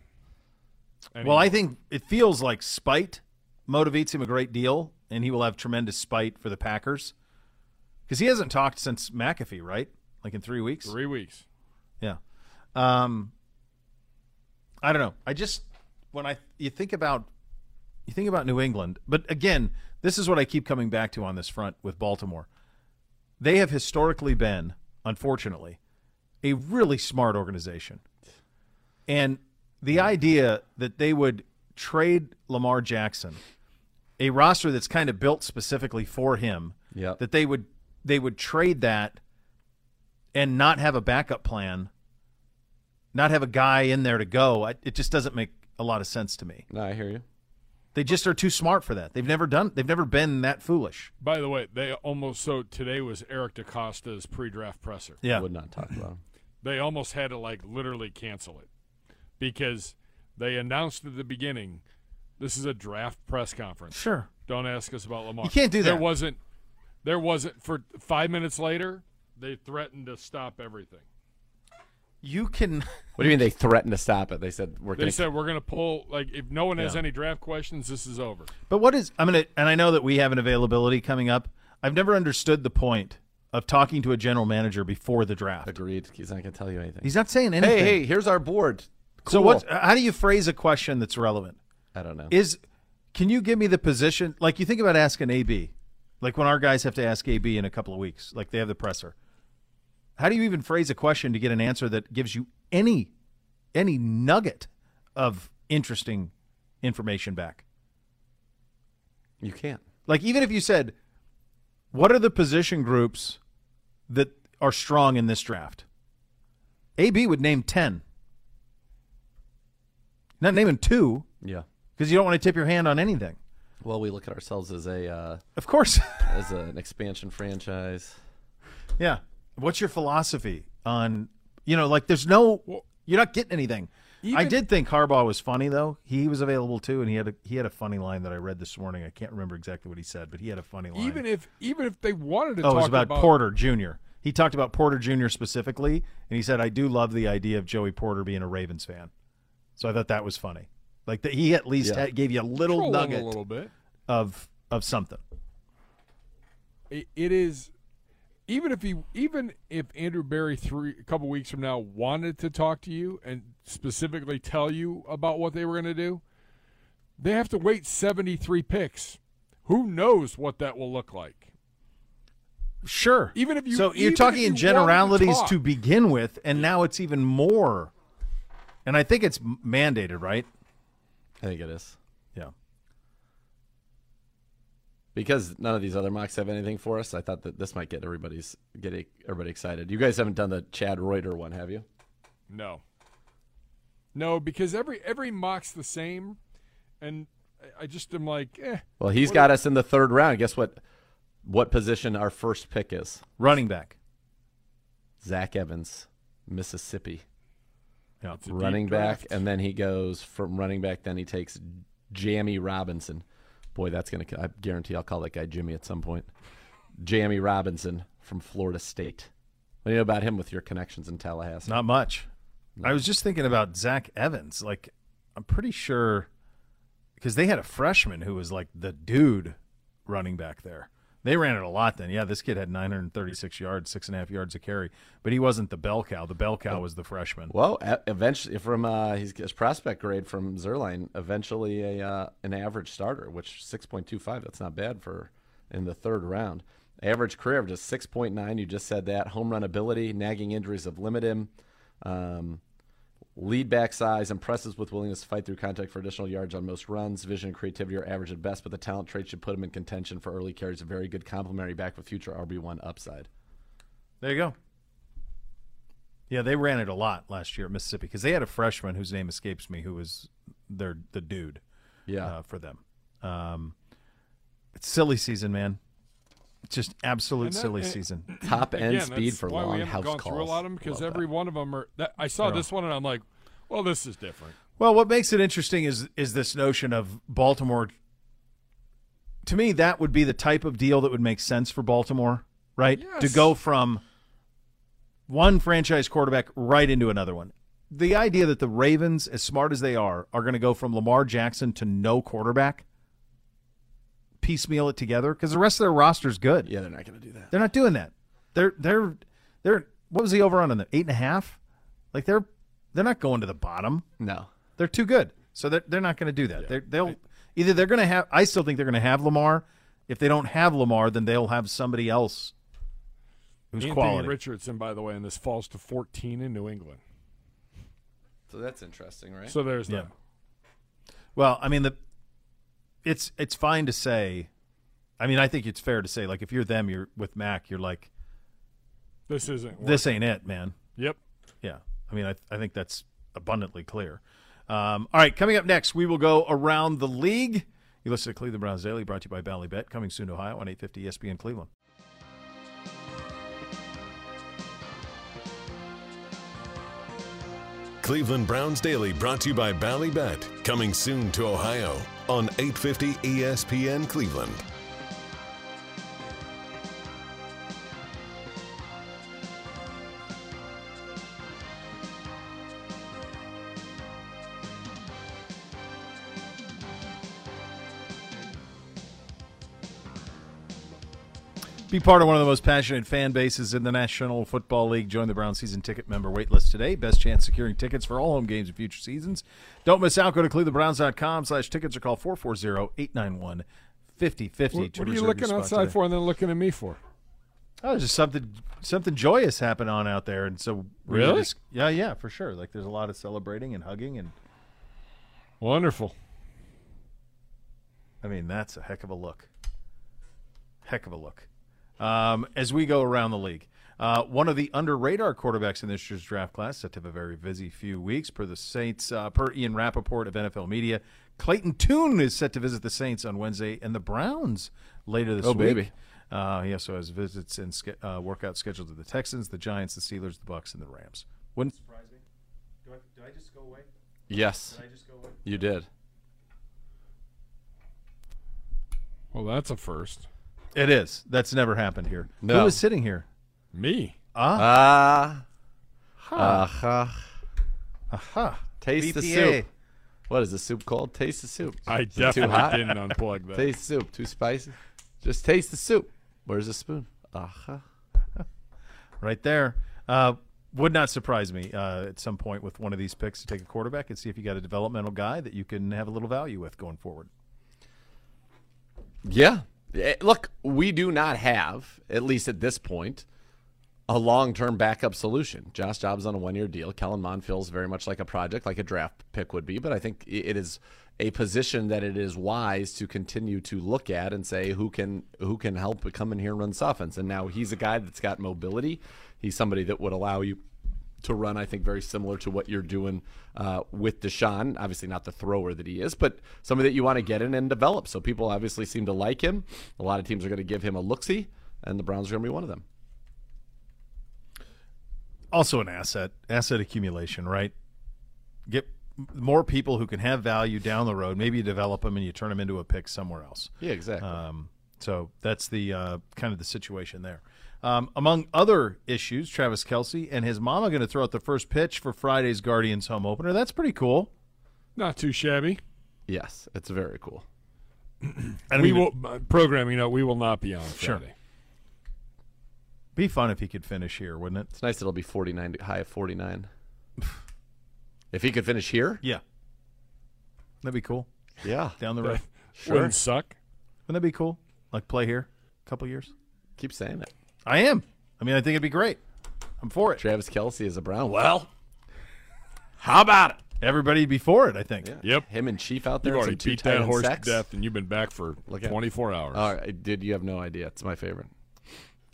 Well, I
anymore.
think it feels like spite motivates him a great deal, and he will have tremendous spite for the Packers because he hasn't talked since McAfee, right? Like in three weeks.
three weeks.
Yeah. Um, I don't know. I just when I you think about you think about New England, but again, this is what I keep coming back to on this front with Baltimore. They have historically been, unfortunately, a really smart organization. And the idea that they would trade Lamar Jackson, a roster that's kind of built specifically for him,
Yep.
that they would they would trade that and not have a backup plan, not have a guy in there to go, I, it just doesn't make a lot of sense to me.
No, I hear you.
They just are too smart for that. They've never done. They've never been that foolish.
By the way, they almost so today was Eric DaCosta's pre-draft presser.
Yeah.
Would not talk about him.
They almost had to like literally cancel it because they announced at the beginning this is a draft press conference.
Sure.
Don't ask us about Lamar.
You can't do
There
that.
wasn't. There wasn't. For five minutes later, they threatened to stop everything.
You can.
What do you mean they threatened to stop it? They said we're
They
gonna
said we're going to pull. Like if no one has any draft questions, this is over.
But what is? I'm gonna. And I know that we have an availability coming up. I've never understood the point of talking to a general manager before the draft.
agreed. He's not gonna tell you anything.
He's not saying anything.
hey, hey, here's our board.
So uh,
Cool.
what? How do you phrase a question that's relevant?
I don't know.
is can you give me the position like you think about asking AB like when our guys have to ask AB in a couple of weeks like they have the presser how do you even phrase a question to get an answer that gives you any any nugget of interesting information back
you can't.
like even if you said what are the position groups that are strong in this draft AB would name 10 not naming 2
Yeah.
because you don't want to tip your hand on anything
Well, we look at ourselves as a uh,
of course
as an expansion franchise.
Yeah. What's your philosophy on you know like there's no you're not getting anything. I did think Harbaugh was funny though. He was available too, and he had a he had a funny line that I read this morning. I can't remember exactly what he said, but he had a funny line.
Even if even if they wanted to
oh,
talk
it was about, Porter Jr. He talked about Porter Jr. specifically, and he said, "I do love the idea of Joey Porter being a Ravens fan." So I thought that was funny. Like that, he at least
Yeah.
had, gave you a little
Troll 'em
nugget
a little bit.
of of something.
it, it is even if he even if Andrew Barry three a couple weeks from now wanted to talk to you and specifically tell you about what they were going to do, they have to wait 73 picks. Who knows what that will look like?
Sure.
Even if you-
so
even
you're
if
talking
you
in
wanted to
generalities
talk.
to begin with, and now it's even more. And I think it's m- mandated, right?
I think it is
Yeah.
because none of these other mocks have anything for us. I thought that this might get everybody's get everybody excited. You guys haven't done the Chad Reuter one, have you?
No. No, because every every mock's the same, and I- I just am like, eh.
Well, he's got us in the third round. Guess what? What position our first pick is?
Running back.
Zach Evans, Mississippi,
Yeah.
It's a deep
running back,
draft.
and then he goes from running back. Then he takes Jamie Robinson. Boy, that's gonna. I guarantee I'll call that guy Jimmy at some point. Jamie Robinson from Florida State. What do you know about him with your connections in Tallahassee?
Not much. I was just thinking about Zach Evans. Like, I'm pretty sure because they had a freshman who was like the dude running back there. They ran it a lot then. Yeah, this kid had 936 yards, six and a half yards a carry, but he wasn't the bell cow. The bell cow was the freshman.
Well, e- eventually, from uh, his, his prospect grade from Zerline, eventually a uh, an average starter, which six point two five. That's not bad for in the third round. Average career of just six point nine. You just said that home run ability, nagging injuries have limited him. Um, lead back size impresses with willingness to fight through contact for additional yards on most runs. Vision and creativity are average at best, but the talent trait should put him in contention for early carries. A very good complementary back with future RB one upside.
There you go. Yeah, they ran it a lot last year at Mississippi because they had a freshman whose name escapes me who was their the dude
Yeah,
uh, for them. Um, it's silly season, man. It's just absolute
And that-
silly
and-
season.
top end
Again,
speed
that's
for
why we
long
haven't
house
gone
calls.
through a lot of them because
Love that.
every one of them are. That, I saw this one and I'm like, well, this is different.
Well, what makes it interesting is is this notion of Baltimore to me that would be the type of deal that would make sense for Baltimore, right? To go from one franchise quarterback right into another one. The idea that the Ravens, as smart as they are, are going to go from Lamar Jackson to no quarterback, piecemeal it together because the rest of their roster's good.
Yeah, they're not going to do that.
They're not doing that. They're they're they're what was the over on them? Eight and a half? Like they're they're not going to the bottom.
No.
They're too good. So they're, they're not going to do that. They're, they'll either they're going to have. I still think they're going to have Lamar. If they don't have Lamar, then they'll have somebody else who's
Anthony
quality.
Richardson, by the way, and this falls to 14 in New England.
So that's interesting, right?
So there's
Yeah.
that.
Well, I mean the it's it's fine to say. I mean, I think it's fair to say like if you're them, you're with Mac, you're like
This isn't. work.
this ain't it, man.
Yep.
Yeah. I mean, I, I think that's abundantly clear. Um, all right. Coming up next, we will go around the league. You listen to Cleveland Browns Daily, brought to you by Ballybet, coming soon to Ohio on E 850 ESPN Cleveland.
Cleveland Browns Daily brought to you by Ballybet, coming soon to Ohio on E 850 ESPN Cleveland.
Be part of one of the most passionate fan bases in the National Football League. Join the Brown season ticket member waitlist today. Best chance securing tickets for all home games and future seasons. Don't miss out. Go to clevelandbrowns.com slash tickets or call 440-891-5050 to
What, what are
reserve
you
your
looking
spot
outside
today.
for and then looking at me for?
Oh, there's just something something joyous happened on out there, and so we were
Really?
just- yeah, yeah, for sure. Like there's a lot of celebrating and hugging, and
Wonderful.
I mean that's a heck of a look, heck of a look. Um, as we go around the league, uh, one of the under radar quarterbacks in this year's draft class set to have a very busy few weeks per the Saints, uh, per Ian Rappaport of NFL Media. Clayton Toon is set to visit the Saints on Wednesday and the Browns later this
Oh,
week.
baby.
Uh, he also has visits and ske- uh, workouts scheduled to the Texans, the Giants, the Steelers, the Bucks, and the Rams. Wouldn't surprise me. Do I, do I just go away?
yes,
I just go away?
you did.
Well, that's a first.
It is. That's never happened here.
No.
Who is sitting here?
Me.
Ah. Aha.
Aha.
Taste the
BPA.
soup. What is the soup called? Taste the soup.
I
Is it too hot?
definitely didn't
[laughs]
unplug that.
Taste the soup. Too spicy. Just taste the soup. Where's the spoon? Ah, Aha.
Right there. Uh, would not surprise me uh, at some point with one of these picks to take a quarterback and see if you got a developmental guy that you can have a little value with going forward.
Yeah. Eh, Look, we do not have, at least at this point, a long-term backup solution. Josh Jobs on a one-year deal. Kellen Mond feels very much like a project, like a draft pick would be. But I think i- it is a position that it is wise to continue to look at and say who can who can help come in here and run this offense. And now he's a guy that's got mobility. He's somebody that would allow you to run, I think, very similar to what you're doing uh, with Deshaun. Obviously, not the thrower that he is, but somebody that you want to get in and develop. So people obviously seem to like him. A lot of teams are going to give him a look see, and the Browns are going to be one of them.
Also, an asset, asset accumulation, right? Get m- more people who can have value down the road. Maybe you develop them and you turn them into a pick somewhere else.
Yeah, exactly.
Um, so that's the uh, kind of the situation there. Um, among other issues, Travis Kelsey and his mama going to throw out the first pitch for Friday's Guardians home opener. That's pretty cool.
Not too shabby.
yes, it's very cool.
And
we
we will
will uh, programming note. We will not be on
Sure.
Friday.
be fun if he could finish here, wouldn't it?
It's nice that it'll be 49, high of 49. [sighs] if he could finish here,
Yeah, that'd be cool.
yeah,
Down the road,
Wouldn't suck.
wouldn't that be cool? Like play here, a couple years.
keep saying it.
I am. I mean, I think it'd be great. I'm for it.
Travis Kelsey is a Brown.
Well, how about it?
Everybody be for it. I think.
Yep.
Him and Chief out there.
You've
and
already
some two
beat
tight
that
end
horse
sacks.
to death, and you've been back for
out.
24 hours.
All right, dude, you have no idea. It's my favorite.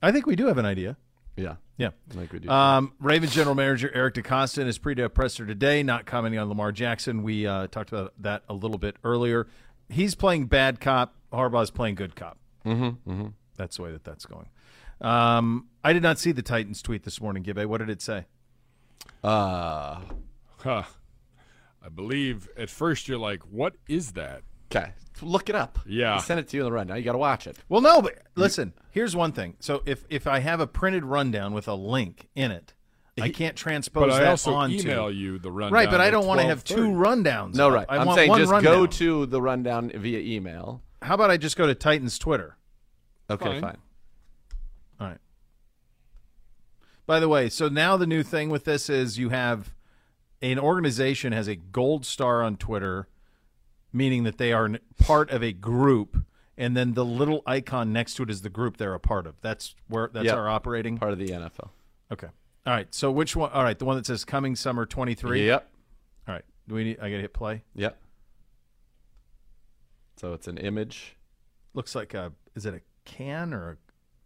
I think we do have an idea.
Yeah,
Yeah.
like we do.
Um, Ravens general manager Eric DeCosta in his pre-dev presser today, not commenting on Lamar Jackson. We uh, talked about that a little bit earlier. He's playing bad cop. Harbaugh's playing good cop. Mm-hmm, That's the way that that's going. Um, I did not see the Titans tweet this morning, Gibbe. What did it say?
uh,
Huh. I believe at first you're like, "What is that?"
Okay, look it up.
Yeah.
I sent it to you on the run. Now you got to watch it.
Well, no, but listen. Here's one thing. So if if I have a printed rundown with a link in it, I can't transpose
But I
that
also
onto
email you the rundown.
right. But I
at
don't want to have two
12:30.
rundowns.
No,
up.
right.
I
am
want
saying
one
just
rundown.
go to the rundown via email.
How about I just go to Titans Twitter?
Okay,
Fine.
fine.
All right. By the way, so now the new thing with this is you have an organization has a gold star on Twitter, meaning that they are n- part of a group, and then the little icon next to it is the group they're a part of. That's where that's
Yep.
our operating.
Part of the NFL.
Okay. All right. So which one? All right, the one that says coming summer twenty three.
Yep.
All right. Do we need? I gotta hit play.
Yep. So it's an image.
Looks like a. Is it a can or? A,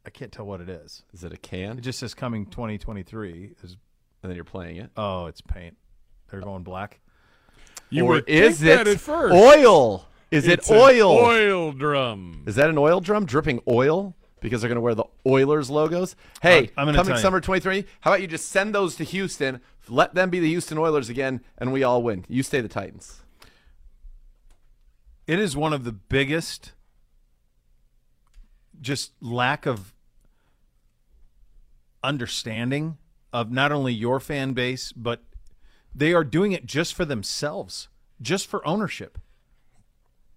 I can't tell what it is.
Is it a
It
can?
just says coming twenty twenty three. Is
And then you're playing it.
oh, it's paint. They're going black.
You
or
would
is
think
it
that at first.
oil? Is
It's
it
an
oil?
Oil drum.
Is that an oil drum dripping oil? Because they're going to wear the Oilers logos. Hey,
I'm gonna
coming
tell you.
summer 23, how about you just send those to Houston? Let them be the Houston Oilers again, and we all win. You stay the Titans.
It is one of the biggest. Just lack of understanding of not only your fan base, but they are doing it just for themselves, just for ownership.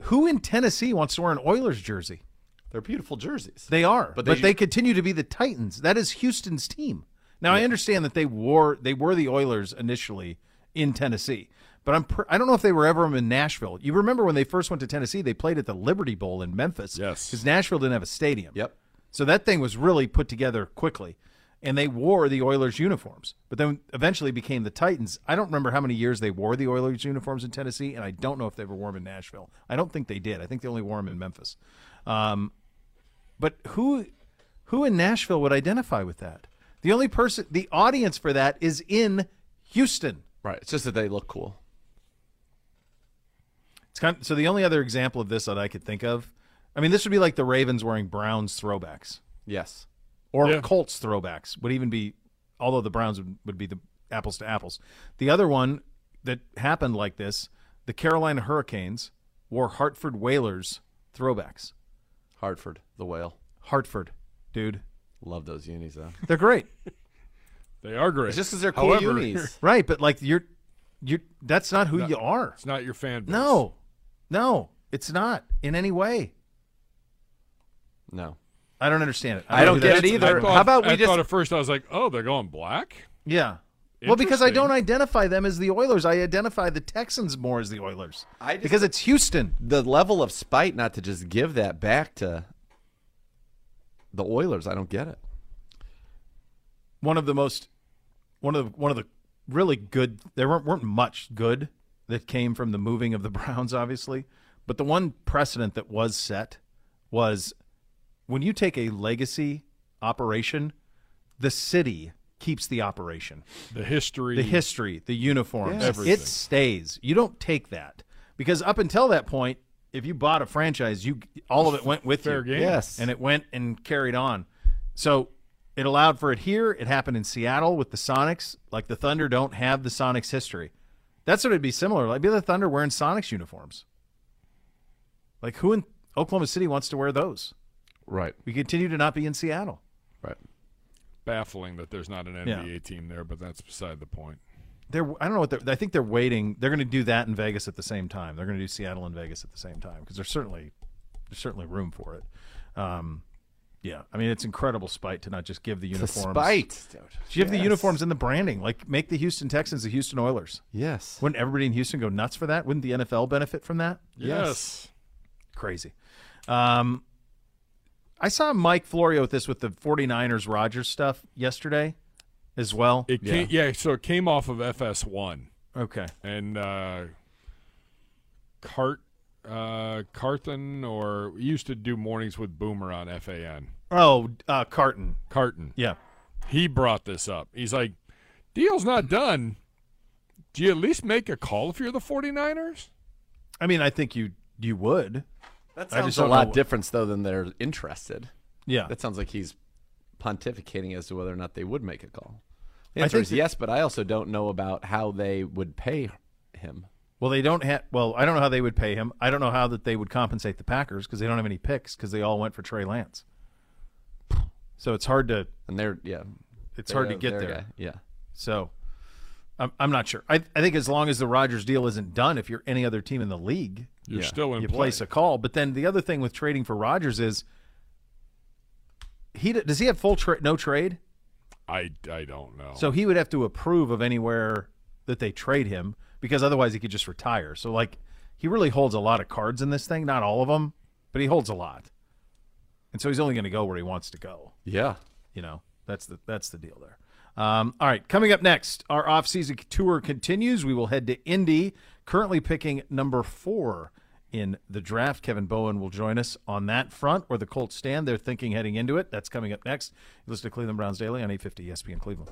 Who in Tennessee wants to wear an Oilers jersey?
They're beautiful jerseys.
They are, but
But
they,
they-
continue to be the Titans. That is Houston's team. Now I understand that they wore they were the Oilers initially in Tennessee, but I'm pr- I don't know if they were ever in Nashville. You remember when they first went to Tennessee, they played at the Liberty Bowl in Memphis.
Yes.
because Nashville didn't have a stadium.
Yep.
So that thing was really put together quickly, and they wore the Oilers uniforms. But then eventually became the Titans. I don't remember how many years they wore the Oilers uniforms in Tennessee, and I don't know if they ever wore them in Nashville. I don't think they did. I think they only wore them in Memphis. Um, but who who in Nashville would identify with that? The only person the audience for that is in Houston.
Right. It's just that they look cool.
It's kind so the only other example of this that I could think of, I mean, this would be like the Ravens wearing Browns throwbacks
Yes.
or
Yeah.
Colts throwbacks would even be, although the Browns would, would be the apples to apples. The other one that happened like this, the Carolina Hurricanes wore Hartford Whalers throwbacks.
Hartford, the whale.
Hartford, dude,
Love those unis, though.
they're great. [laughs]
They are great.
It's just because they're cool
However,
unis.
Right, but like you're you're that's not who you are.
It's not your fan base.
No. No, it's not in any way.
[laughs] No.
I don't understand it.
I don't
do
get
that.
it either.
I thought,
How about we
I
just-
thought at first I was like, oh, they're going black.
Yeah. Well, because I
Interesting.
don't identify them as the Oilers. I identify the Texans more as the Oilers.
I just-
because it's Houston.
The level of spite not to just give that back to the Oilers, I don't get it.
one of the most one of the, one of the really good there weren't, weren't much good that came from the moving of the [laughs] Browns obviously but the one precedent that was set was when you take a legacy operation the city keeps the operation
The history.
the history, the uniforms,
Everything.
it stays. You don't take that because up until that point, if you bought a franchise, you all of it went with
Fair
you.
game.
Yes.
and it went and carried on. So it allowed for it here. It happened in Seattle with the Sonics. Like the Thunder don't have the Sonics history. That's what it'd be similar. Like be the Thunder wearing Sonics uniforms. Like who in Oklahoma City wants to wear those?
Right.
We continue to not be in Seattle.
Right.
Baffling that there's not an
Yeah.
NBA team there, but that's beside the point.
they're I don't know what they're I think they're waiting. They're going to do that in Vegas at the same time. They're going to do Seattle and Vegas at the same time because there's certainly there's certainly room for it. Um, yeah, I mean it's incredible spite to not just give the
The
uniforms.
spite. dude.
Give the
Yes.
uniforms and the branding. Like make the Houston Texans the Houston Oilers.
Yes.
Wouldn't everybody in Houston go nuts for that? Wouldn't the NFL benefit from that?
Yes.
Crazy. Um, I saw Mike Florio with this with the 49ers Rogers stuff yesterday as well.
It came, yeah. so it came off of FS1
okay.
and uh, Cart uh, Carthen or we used to do mornings with Boomer on FAN.
Oh, uh, Carton.
Carton.
Yeah.
He brought this up. He's like, "Deal's not done. Do you at least make a call if you're the 49ers?"
I mean, I think you you would.
That
I
sounds
just
a
don't
lot
know-
different though than they're interested.
Yeah.
That sounds like he's pontificating as to whether or not they would make a call. The
I
answer
think
is
that-
yes, but I also don't know about how they would pay him.
Well, they don't have. Well, I don't know how they would pay him. I don't know how that they would compensate the Packers because they don't have any picks because they all went for Trey Lance. So it's hard to
And they're yeah,
it's
they
hard to
have
get
their
there.
guy. Yeah,
So I'm I'm not sure. I I think as long as the Rogers deal isn't done, if you're any other team in the league,
You're still in
you
play.
place a call. But then the other thing with trading for Rogers is he d- does he have full tra- no trade,
I, I don't know.
so he would have to approve of anywhere that they trade him because otherwise he could just retire. So like he really holds a lot of cards in this thing, not all of them, but he holds a lot, and so he's only going to go where he wants to go
yeah.
you know that's the that's the deal there um, all right coming up next our offseason tour continues we will head to indy currently picking number four in the draft kevin bowen will join us on that front where the colts stand they're thinking heading into it that's coming up next you listen to cleveland browns daily on E 850 espn cleveland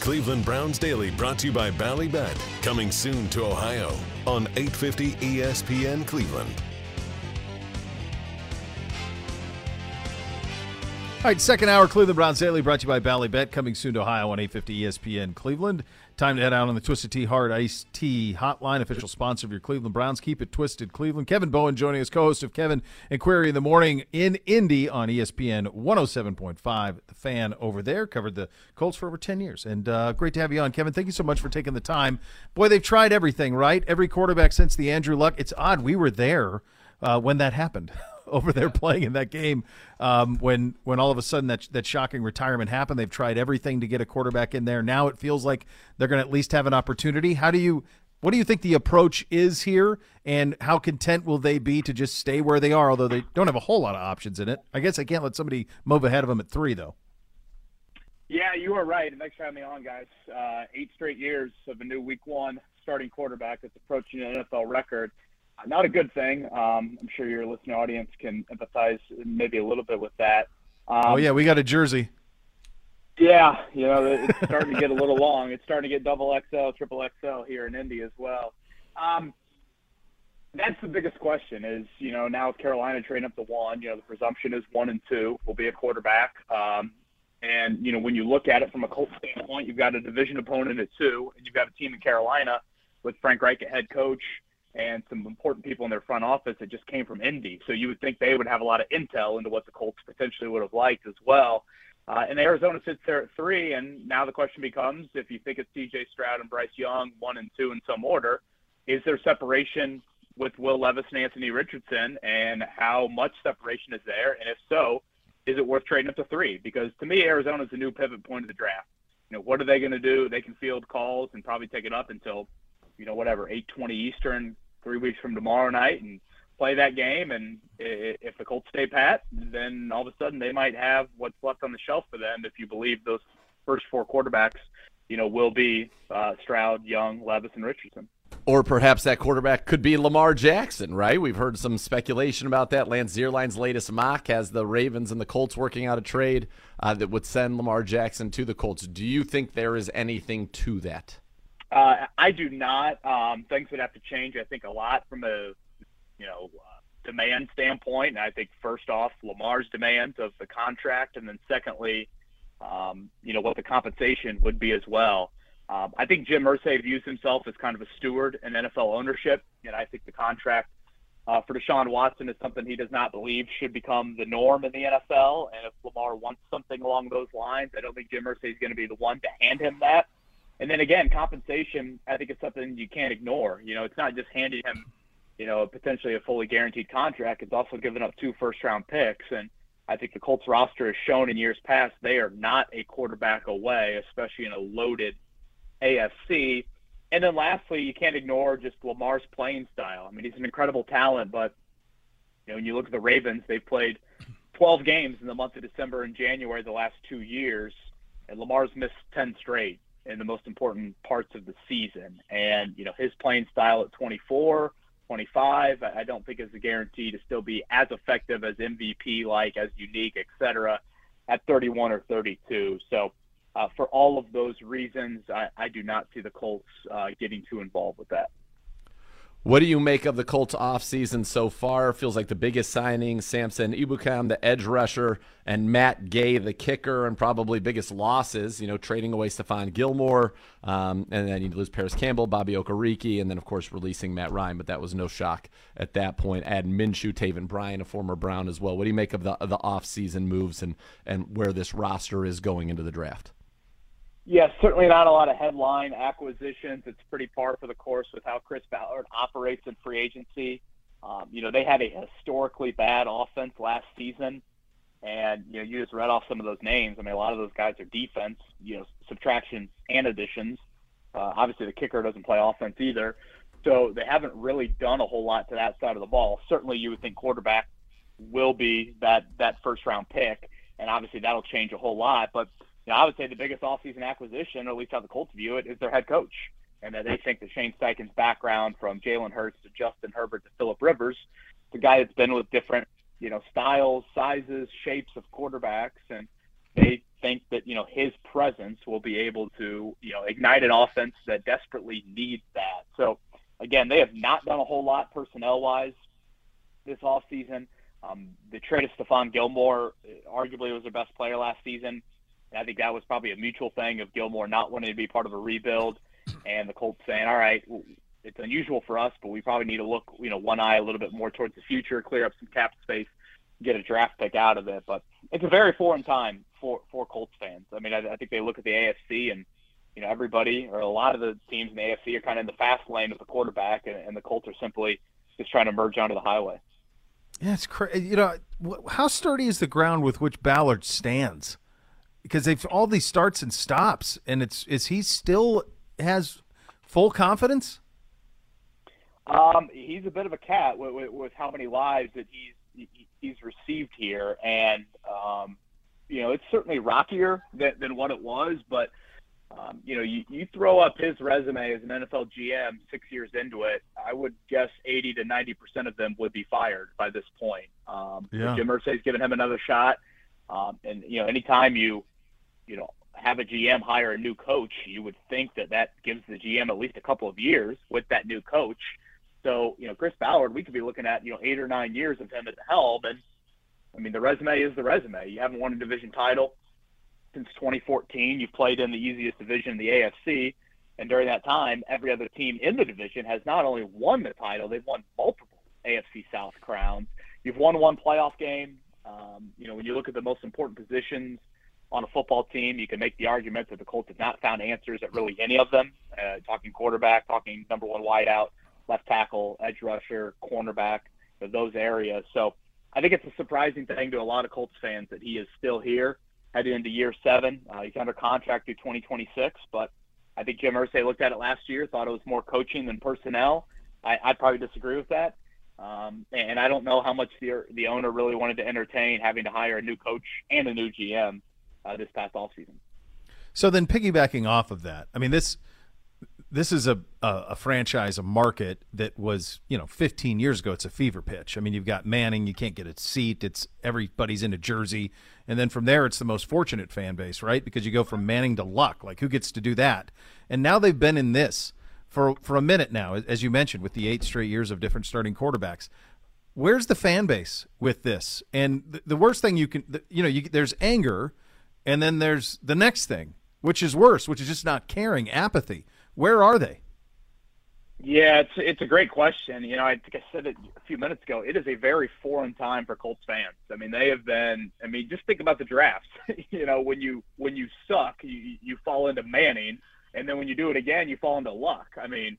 Cleveland Browns Daily brought to you by Ballybet. Coming soon to Ohio on E 850 ESPN Cleveland.
All right, second hour Cleveland Browns Daily brought to you by Ballybet, coming soon to Ohio on E 850 ESPN Cleveland. Time to head out on the Twisted Tea Hard Iced Tea Hotline, official sponsor of your Cleveland Browns. Keep it twisted, Cleveland. Kevin Bowen joining us, co host of Kevin and Query in the Morning in Indy on E ESPN 107.5. The fan over there covered the Colts for over 10 years. And uh, great to have you on, Kevin. Thank you so much for taking the time. Boy, they've tried everything, right? Every quarterback since the Andrew Luck. It's odd. We were there uh, when that happened [laughs] over there playing in that game. Um, when when all of a sudden that that shocking retirement happened, they've tried everything to get a quarterback in there. Now it feels like they're going to at least have an opportunity. How do you? What do you think the approach is here, and how content will they be to just stay where they are? Although they don't have a whole lot of options in it. I guess I can't let somebody move ahead of them at three, though.
Yeah, you are right. And Thanks for having me on, guys. Uh, eight straight years of a new Week One starting quarterback that's approaching an NFL record. Uh, Not a good thing. Um, I'm sure your listening audience can empathize maybe a little bit with that. Um,
oh yeah, we got a jersey.
yeah, you know, it's starting to get a little long. It's starting to get double XL, triple XL here in Indy as well. Um, that's the biggest question is, you know, now with Carolina trading up to one, you know, the presumption is one and two will be a quarterback. Um, and, you know, when you look at it from a Colts standpoint, you've got a division opponent at two, and you've got a team in Carolina with Frank Reich at head coach and some important people in their front office that just came from Indy. So you would think they would have a lot of intel into what the Colts potentially would have liked as well. Uh, and Arizona sits there at three, and now the question becomes: if you think it's C.J. Stroud and Bryce Young, one and two in some order, is there separation with Will Levis and Anthony Richardson, and how much separation is there? And if so, is it worth trading up to three? Because to me, Arizona is the new pivot point of the draft. You know, what are they going to do? They can field calls and probably take it up until, you know, whatever, 8:20 Eastern, three weeks from tomorrow night, and play that game. And i- i- if the Colts stay pat, then all of a sudden they might have what's left on the shelf for them. If you believe those first four quarterbacks, you know, will be uh, Stroud, Young, Levis, and Richardson.
Or perhaps that quarterback could be Lamar Jackson, right? We've heard some speculation about that. Lance Zierlein's latest mock has the Ravens and the Colts working out a trade uh, that would send Lamar Jackson to the Colts. Do you think there is anything to that?
Uh, I do not. Um, things would have to change, I think, a lot from a you know uh, demand standpoint. And I think first off, Lamar's demands of the contract, and then secondly, um, you know what the compensation would be as well. Um, I think Jim Irsay views himself as kind of a steward in NFL ownership, and I think the contract uh, for Deshaun Watson is something he does not believe should become the norm in the NFL. And if Lamar wants something along those lines, I don't think Jim Irsay is going to be the one to hand him that. And then again, compensation, I think, is something you can't ignore. You know, it's not just handing him, you know, potentially a fully guaranteed contract. It's also giving up two first round picks. And I think the Colts roster has shown in years past they are not a quarterback away, especially in a loaded AFC. And then lastly, you can't ignore just Lamar's playing style. I mean, he's an incredible talent, but you know, when you look at the Ravens, they've played 12 games in the month of December and January the last two years, and Lamar's missed 10 straight in the most important parts of the season. And you know, his playing style at 24, 25, I I don't think is a guarantee to still be as effective as MVP like, as unique, et cetera, at 31 or 32. So. Uh, for all of those reasons, I, I do not see the Colts uh, getting too involved with that.
What do you make of the Colts offseason so far? Feels like the biggest signing, Samson Ibukam, the edge rusher, and Matt Gay, the kicker, and probably biggest losses, you know, trading away Stephon Gilmore, um, and then you lose Paris Campbell, Bobby Okereke, and then, of course, releasing Matt Ryan, but that was no shock at that point. Add Minshew, Taven Bryan, a former Brown as well. What do you make of the, the offseason moves and, and where this roster is going into the draft?
Yeah, certainly not a lot of headline acquisitions. It's pretty par for the course with how Chris Ballard operates in free agency. Um, you know, they had a historically bad offense last season, and you know, you just read off some of those names. I mean, a lot of those guys are defense. You know, subtractions and additions. Uh, obviously, the kicker doesn't play offense either, so they haven't really done a whole lot to that side of the ball. Certainly, you would think quarterback will be that that first round pick, and obviously that'll change a whole lot, but. Now, I would say the biggest offseason acquisition, or at least how the Colts view it, is their head coach. And that they think that Shane Steichen's background from Jalen Hurts to Justin Herbert to Philip Rivers, the guy that's been with different, you know, styles, sizes, shapes of quarterbacks, and they think that, you know, his presence will be able to, you know, ignite an offense that desperately needs that. So again, they have not done a whole lot personnel wise this offseason. Um, the trade of Stephon Gilmore arguably was their best player last season. And I think that was probably a mutual thing of Gilmore not wanting to be part of a rebuild and the Colts saying, all right, it's unusual for us, but we probably need to look, you know, one eye a little bit more towards the future, clear up some cap space, get a draft pick out of it. But it's a very foreign time for, for Colts fans. I mean, I, I think they look at the AFC and, you know, everybody or a lot of the teams in the AFC are kind of in the fast lane with the quarterback, and, and the Colts are simply just trying to merge onto the highway.
Yeah, it's crazy. You know, wh- how sturdy is the ground with which Ballard stands? because they've all these starts and stops, and it's is he still has full confidence?
Um, he's a bit of a cat with, with, with how many lives that he's he's received here, and um, you know it's certainly rockier than, than what it was. But um, you know, you, you throw up his resume as an NFL GM six years into it, I would guess eighty to ninety percent of them would be fired by this point. Um,
Yeah.
Jim Irsay's given him another shot, um, and you know, anytime you you know, have a GM hire a new coach, you would think that that gives the GM at least a couple of years with that new coach. So, you know, Chris Ballard, we could be looking at, you know, eight or nine years of him at the helm. And I mean, the resume is the resume. You haven't won a division title since 2014. You've played in the easiest division in the AFC. And during that time, every other team in the division has not only won the title, they've won multiple AFC South crowns. You've won one playoff game. Um, you know, when you look at the most important positions on a football team, you can make the argument that the Colts have not found answers at really any of them. Uh, talking quarterback, talking number one wideout, left tackle, edge rusher, cornerback, you know, those areas. So I think it's a surprising thing to a lot of Colts fans that he is still here, headed into year seven. Uh, he's under contract through 2026, but I think Jim Irsay looked at it last year, thought it was more coaching than personnel. I, I'd probably disagree with that. Um, and I don't know how much the the owner really wanted to entertain having to hire a new coach and a new GM uh, this past offseason.
So then, piggybacking off of that, I mean this this is a, a a franchise, a market that was you know 15 years ago, it's a fever pitch. I mean, you've got Manning, you can't get a seat. It's everybody's in a jersey, and then from there, it's the most fortunate fan base, right? Because you go from Manning to Luck, like who gets to do that? And now they've been in this for for a minute now, as you mentioned, with the eight straight years of different starting quarterbacks. where's the fan base with this? And th- the worst thing you can, th- you know, you, there's anger, and then there's the next thing, which is worse, which is just not caring, apathy. Where are they?
Yeah, it's it's a great question. You know, I think I said it a few minutes ago. It is a very foreign time for Colts fans. I mean, they have been. I mean, just think about the drafts. [laughs] you know, when you when you suck, you you fall into Manning, and then when you do it again, you fall into Luck. I mean,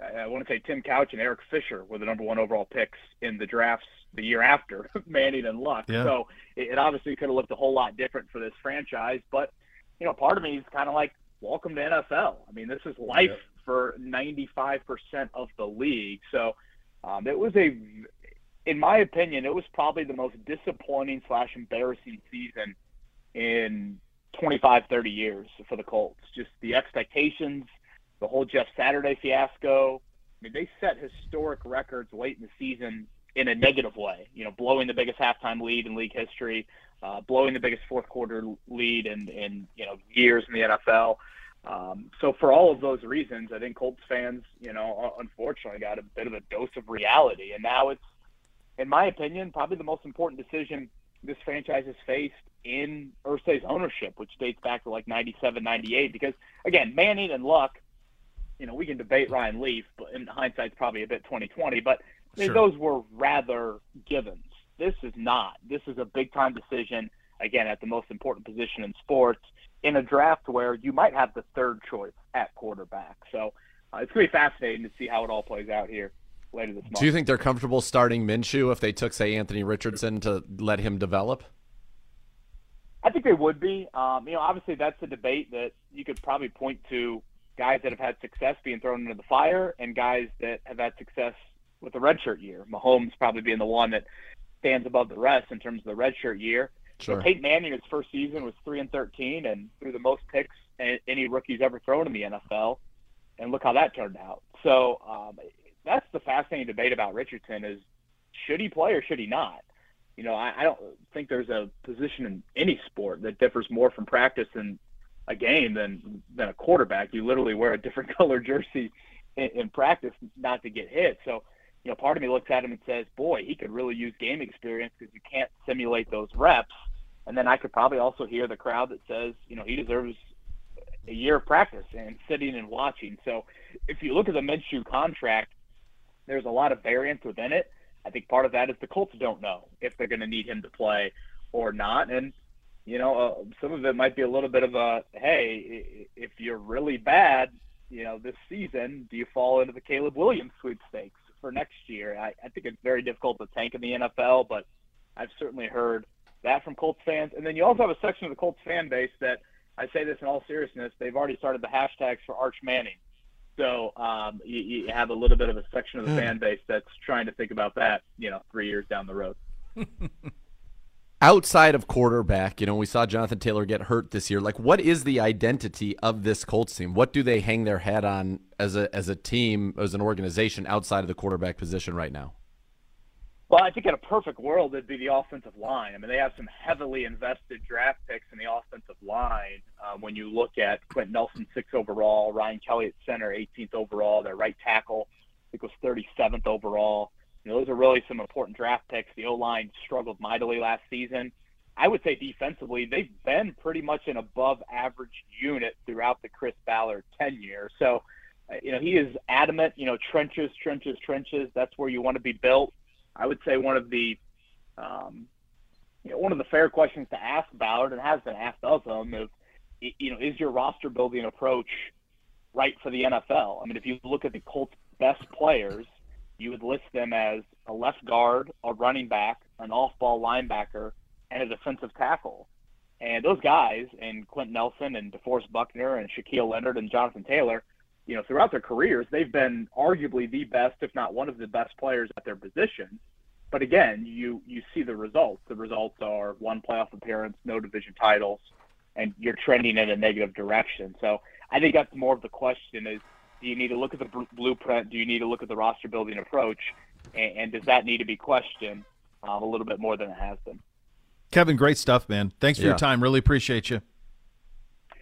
I, I want to say Tim Couch and Eric Fisher were the number one overall picks in the drafts the year after [laughs] Manning and Luck.
Yeah.
So it, it obviously could have looked a whole lot different for this franchise. But you know, part of me is kind of like, welcome to NFL. I mean, this is life for 95% of the league. So um, it was a, in my opinion, it was probably the most disappointing slash embarrassing season in 25, 30 years for the Colts. Just the expectations, the whole Jeff Saturday fiasco. I mean, they set historic records late in the season in a negative way. You know, blowing the biggest halftime lead in league history, uh, blowing the biggest fourth quarter lead in, in you know years in the NFL. Um, so for all of those reasons, I think Colts fans, you know, unfortunately got a bit of a dose of reality, and now it's, in my opinion, probably the most important decision this franchise has faced in Ursay's ownership, which dates back to like 97, 98, because again, Manning and Luck, you know, we can debate Ryan Leaf, but in hindsight's probably a bit 2020, but I mean,
Sure.
those were rather givens. This is not. This is a big time decision, again, at the most important position in sports, in a draft where you might have the third choice at quarterback. So uh, it's going to be fascinating to see how it all plays out here later this month.
Do you think they're comfortable starting Minshew if they took, say, Anthony Richardson to let him develop?
I think they would be. Um, you know, obviously that's a debate that you could probably point to guys that have had success being thrown into the fire and guys that have had success with the redshirt year. Mahomes probably being the one that stands above the rest in terms of the redshirt year.
Sure.
But Peyton Manning, his first season was three and thirteen, and threw the most picks a- any rookie's ever thrown in the NFL. And look how that turned out. So um, that's the fascinating debate about Richardson: is should he play or should he not? You know, I, I don't think there's a position in any sport that differs more from practice in a game than than a quarterback. You literally wear a different [laughs] color jersey in, in practice not to get hit. So, you know, part of me looks at him and says, "Boy, he could really use game experience because you can't simulate those reps." And then I could probably also hear the crowd that says, "You know, he deserves a year of practice and sitting and watching." So, if you look at the Minshew contract, there's a lot of variance within it. I think part of that is the Colts don't know if they're going to need him to play or not, and you know, uh, some of it might be a little bit of a hey, i- i- if you're really bad, you know, this season, do you fall into the Caleb Williams sweepstakes for next year? I, I think it's very difficult to tank in the NFL, but I've certainly heard that from Colts fans. And then you also have a section of the Colts fan base that I say this in all seriousness, they've already started the hashtags for Arch Manning. So um, you, you have a little bit of a section of the fan base that's trying to think about that, you know, three years down the road.
Outside of quarterback, you know, we saw Jonathan Taylor get hurt this year. Like, what is the identity of this Colts team? What do they hang their head on as a as a team, as an organization outside of the quarterback position right now?
Well, I think in a perfect world, it'd be the offensive line. I mean, they have some heavily invested draft picks in the offensive line. Um, when you look at Quentin Nelson, six overall, Ryan Kelly at center, 18th overall, their right tackle, I think was 37th overall. You know, those are really some important draft picks. The O line struggled mightily last season. I would say defensively, they've been pretty much an above average unit throughout the Chris Ballard tenure. So, uh, you know, he is adamant, you know, trenches, trenches, trenches. That's where you want to be built. I would say one of the um, you know, one of the fair questions to ask Ballard and has been asked of him is y- you know is your roster building approach right for the NFL? I mean, if you look at the Colts' best players, you would list them as a left guard, a running back, an off-ball linebacker, and a defensive tackle. And those guys, and Quentin Nelson, and DeForest Buckner, and Shaquille Leonard, and Jonathan Taylor, you know, throughout their careers, they've been arguably the best, if not one of the best players at their position. But again, you you see the results. The results are one playoff appearance, no division titles, and you're trending in a negative direction. So I think that's more of the question: is do you need to look at the br- blueprint? Do you need to look at the roster building approach? And, and does that need to be questioned uh, a little bit more than it has been?
Kevin, great stuff, man. Thanks for
Yeah.
your time. Really appreciate you.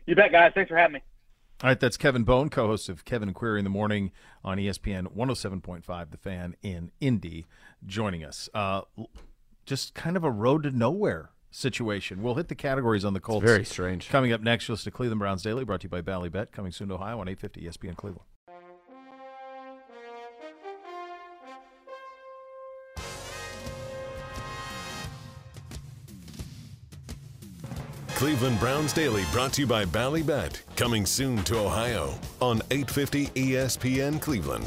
You bet, guys. Thanks for having me.
All right, that's Kevin Bone, co host of Kevin and Query in the Morning on E ESPN 107.5, The Fan in Indy, joining us. Uh, l- just kind of a road to nowhere situation. We'll hit the categories on the Colts.
very strange.
Coming up next, you'll listen to Cleveland Browns Daily, brought to you by Ballybet, coming soon to Ohio on E 850 ESPN Cleveland.
Cleveland Browns Daily brought to you by Ballybet, coming soon to Ohio on E 850 ESPN Cleveland.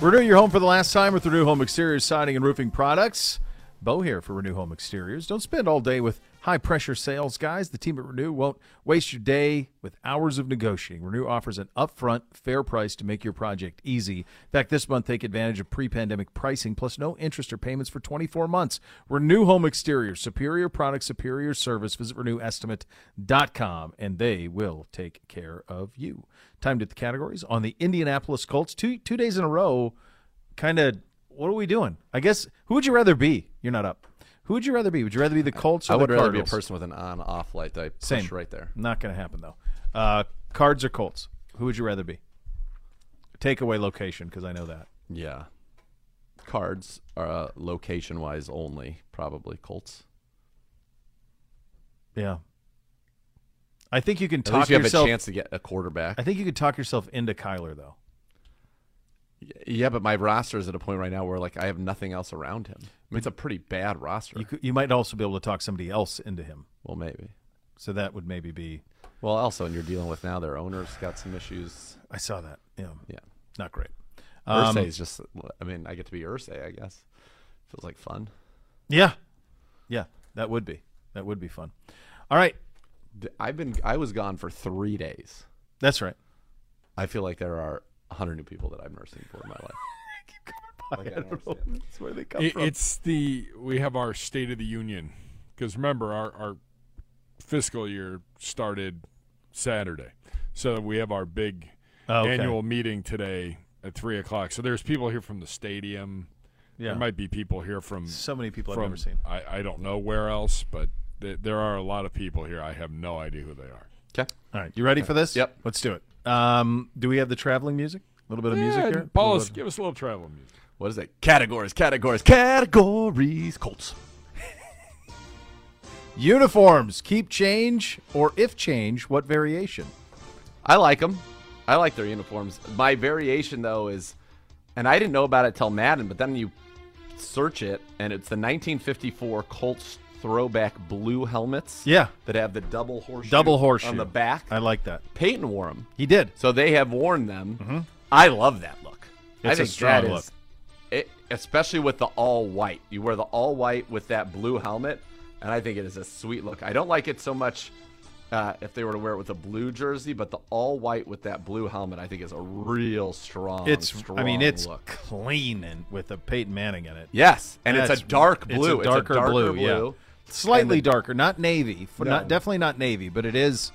Renew your home for the last time with Renew Home Exteriors siding and roofing products. Bo here for Renew Home Exteriors. Don't spend all day with high pressure sales guys. The team at Renew won't waste your day with hours of negotiating. Renew offers an upfront, fair price to make your project easy. In fact, this month, take advantage of pre pandemic pricing plus no interest or payments for 24 months. Renew Home Exteriors, superior product, superior service. Visit renewestimate.com and they will take care of you. Time to hit the categories on the Indianapolis Colts. Two, two days in a row kind of what are we doing? I guess who would you rather be? You're not up. Who would you rather be? Would you rather be the Colts or
I
the
would rather be a
Cardinals?
person with an on-off light. I push
Same.
right there.
Not going to happen though. Uh, cards or Colts? Who would you rather be? Takeaway location because I know that.
Yeah. Cards are uh, location-wise only, probably Colts.
Yeah. I think you can
At
talk
least you have
yourself.
a chance to get a quarterback.
I think you could talk yourself into Kyler though.
yeah, but my roster is at a point right now where like I have nothing else around him. I mean, it's a pretty bad roster.
You could, you might also be able to talk somebody else into him.
well, maybe.
So that would maybe be.
Well, also, and you're dealing with now their owners got some issues.
I saw that. Yeah.
Yeah.
Not great.
Ursay
Um,
is just. I mean, I get to be Ursay, I guess. Feels like fun.
Yeah. Yeah. That would be. That would be fun. All right.
D- I've been. I was gone for three days.
That's right.
I feel like there are a hundred new people that I'm nursing for [laughs] in my life. Like, I don't understand. That's where they come
It-
from.
it's the we have our State of the Union because remember our our fiscal year started Saturday, so we have our big
Oh, okay.
annual meeting today at three o'clock. So there's people here from the stadium.
Yeah.
There might be people here from
So many people
from
I've never seen.
I, I don't know where else, but th- there are a lot of people here. I have no idea who they are.
Okay.
All right, you ready for this?
Yep.
Let's do it. Um, do we have the traveling music? A little bit of music
Yeah,
here.
Paulus, give us a little travel music.
What is it? Categories, categories, categories. Colts.
Uniforms, keep change, or if change, what variation?
I like them. I like their uniforms. My variation though is, and I didn't know about it till Madden, but then you search it, and it's the 1954 Colts throwback blue helmets.
Yeah.
That have the double horseshoe.
Double horseshoe
on the back.
I like that.
Peyton wore them,
He did.
so they have worn them. I love that look. I
Mm-hmm. It's a
think
strong
that is-
look.
it, especially with the all white. You wear the all white with that blue helmet, and I think it is a sweet look. I don't like it so much uh, if they were to wear it with a blue jersey, but the all white with that blue helmet, I think, is a real strong.
It's.
strong
I mean, it's
look.
clean and with a Peyton Manning in it.
yes, and it's
That's-
a dark
it's a
blue.
darker blue, yeah. Slightly
And the-
darker, not navy. f-
No.
Not definitely not navy, but it is.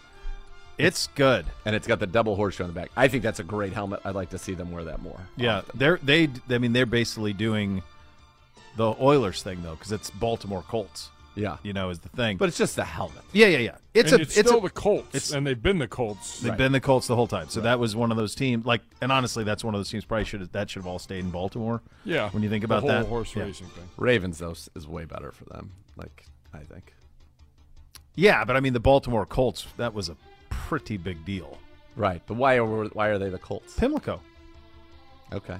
It's good.
and it's got the double horseshoe on the back. I think that's a great helmet. I'd like to see them wear that more.
Yeah, they're they. I mean, they're basically doing the Oilers thing though, because it's Baltimore Colts.
Yeah,
You know, is the thing.
but it's just the helmet.
yeah, yeah, yeah. It's
and
a.
it's,
it's
still
a,
the Colts,
it's-
and they've been the Colts.
They've been the Colts the whole time, so that was one of those teams. Like, and honestly, that's one of those teams. Probably should that should have all stayed in Baltimore.
yeah,
when you think
the
about
whole
that,
horse
yeah.
racing thing.
Ravens though is way better for them. Like I think.
Yeah, but I mean, the Baltimore Colts. That was a pretty big deal.
Right, but why are why are they the Colts?
Pimlico.
Okay,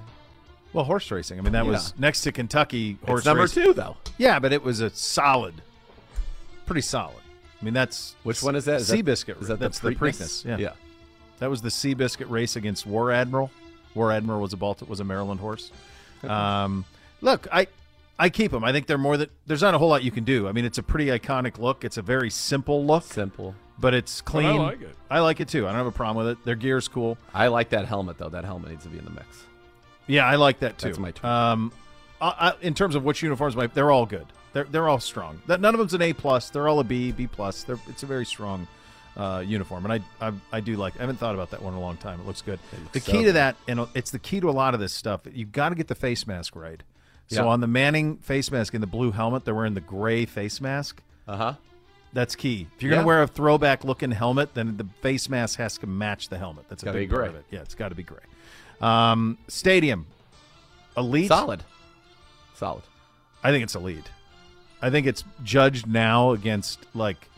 Well, horse racing. I mean, that was
Yeah.
next to Kentucky horse
it's number
racing.
two though.
Yeah, but it was a solid, pretty solid. I mean, that's
Which one is that? Is that-
Seabiscuit.
Is that
that's
the
the
Preakness?
Preakness. Yeah. that was the Seabiscuit race against War Admiral. War Admiral was a Balt- was a Maryland horse. Um, look, I I keep them. I think they're more that there's not a whole lot you can do. I mean, it's a pretty iconic look. It's a very simple look,
Simple.
but it's clean.
like it.
I like it too. I don't have a problem with it. Their gear's cool.
I like that helmet though. That helmet needs to be in the mix.
Yeah, I like that too.
That's my tweet.
Um, I, I, in terms of which uniforms, my, they're all good. They're they're all strong. That none of them's an A plus. They're all a B, B plus. They're it's a very strong uh, uniform, and I, I I do like. I haven't thought about that one in a long time. It looks good. the
so
key to
good.
that, and it's the key to a lot of this stuff. You've got to get the face mask right. So
Yeah.
on the Manning face mask and the blue helmet, they're wearing the gray face mask.
Uh huh.
That's key. If you're going
Yeah.
to wear a throwback looking helmet, then the face mask has to match the helmet. That's a
Gotta
big
be
part of
gray.
it. Yeah, it's got to be gray. Um, stadium, elite.
Solid. Solid.
I think it's elite. I think it's judged now against like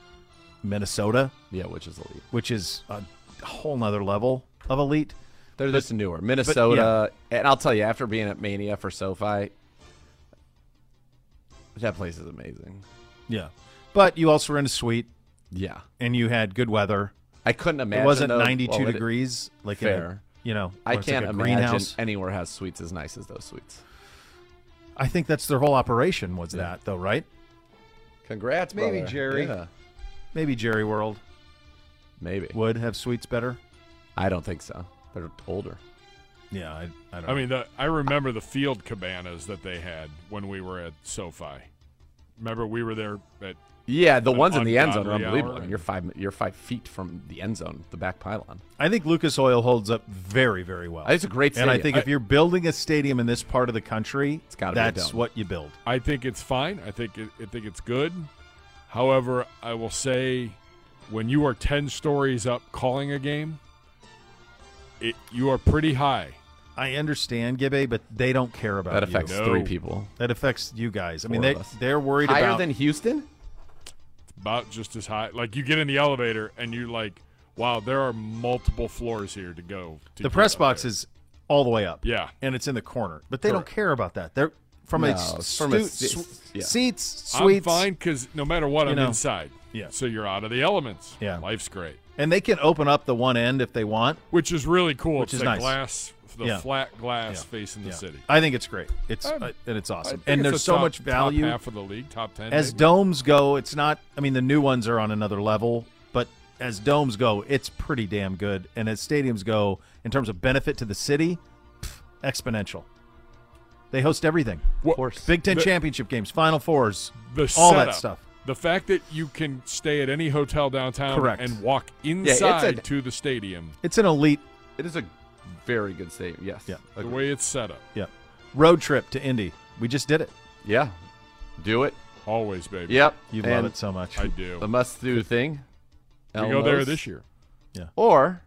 Minnesota,
Yeah, which is elite.
which is a whole nother level of elite.
They're just newer. Minnesota, and I'll tell you, after being at Mania for SoFi, that place is amazing.
Yeah, but you also were in a suite
Yeah,
and you had good weather.
I couldn't imagine.
it wasn't
those-
92
well, it-
degrees like in a-
Fair.
you know,
I
where it's like
can't
a
imagine
greenhouse.
anywhere has suites as nice as those suites.
I think that's their whole operation was that though, right?
Congrats,
Maybe,
brother.
Jerry.
Yeah,
Maybe Jerry World
maybe.
would have suites better.
I don't think so. They're older.
Yeah, I, I don't.
I mean, the, I remember the field cabanas that they had when we were at SoFi. Remember, we were there at
Yeah, the
An
ones in the end zone are
ungodly
unbelievable.
hour.
I mean, you're five, you're five feet from the end zone, the back pylon.
I think Lucas Oil holds up very, very well.
It's a great
and
stadium.
I think if you're building a stadium in this part of the country,
It's gotta be a
that's
dome.
what you build.
I think it's fine. I think it, I think it's good. However, I will say, when you are ten stories up calling a game, it you are pretty high.
I understand Gibbe, but they don't care about
that
you.
affects
No.
three people.
That affects you guys. I mean,
Four
they
of us.
they're worried
Higher
about
than Houston?
It's about just as high. Like you get in the elevator and you're like, wow, there are multiple floors here to go. To
the
get
press
up
box
there."
is all the way up.
Yeah.
and it's in the corner, but they don't care about that. They're from a,
No,
s-
from a
stu-
si-
sw-
yeah.
seats, suites,
I'm fine because no matter what,
You
I'm
know.
inside.
Yeah.
So you're out of the elements.
Yeah.
Life's great.
and they can open up the one end if they want.
Which is really cool.
Which
it's
is
that
nice.
glass, the
Yeah.
flat glass
Yeah.
facing the
Yeah.
city.
I think it's great. It's
I'm-
uh, and it's
I
awesome.
think
And
it's
there's
a
so
top-
much value.
Top half of the league, top ten.
as
maybe.
domes go, it's not. I mean, the new ones are on another level, but as domes go, it's pretty damn good. And as stadiums go, in terms of benefit to the city, pff, exponential. They host everything:
Wha-
Big Ten
The-
championship games, Final Fours,
the
all
setup,
that stuff.
The fact that you can stay at any hotel downtown
Correct.
and walk inside
a-
to the stadium
It's an elite
It is a very good stadium. Yes.
Yeah.
the way it's set up.
yeah, road trip to Indy. We just did it.
Yeah. Do it.
Always, baby.
Yep.
You love
And
it so much.
I do.
The must do thing.
we go there
Elmo's.
this year.
Or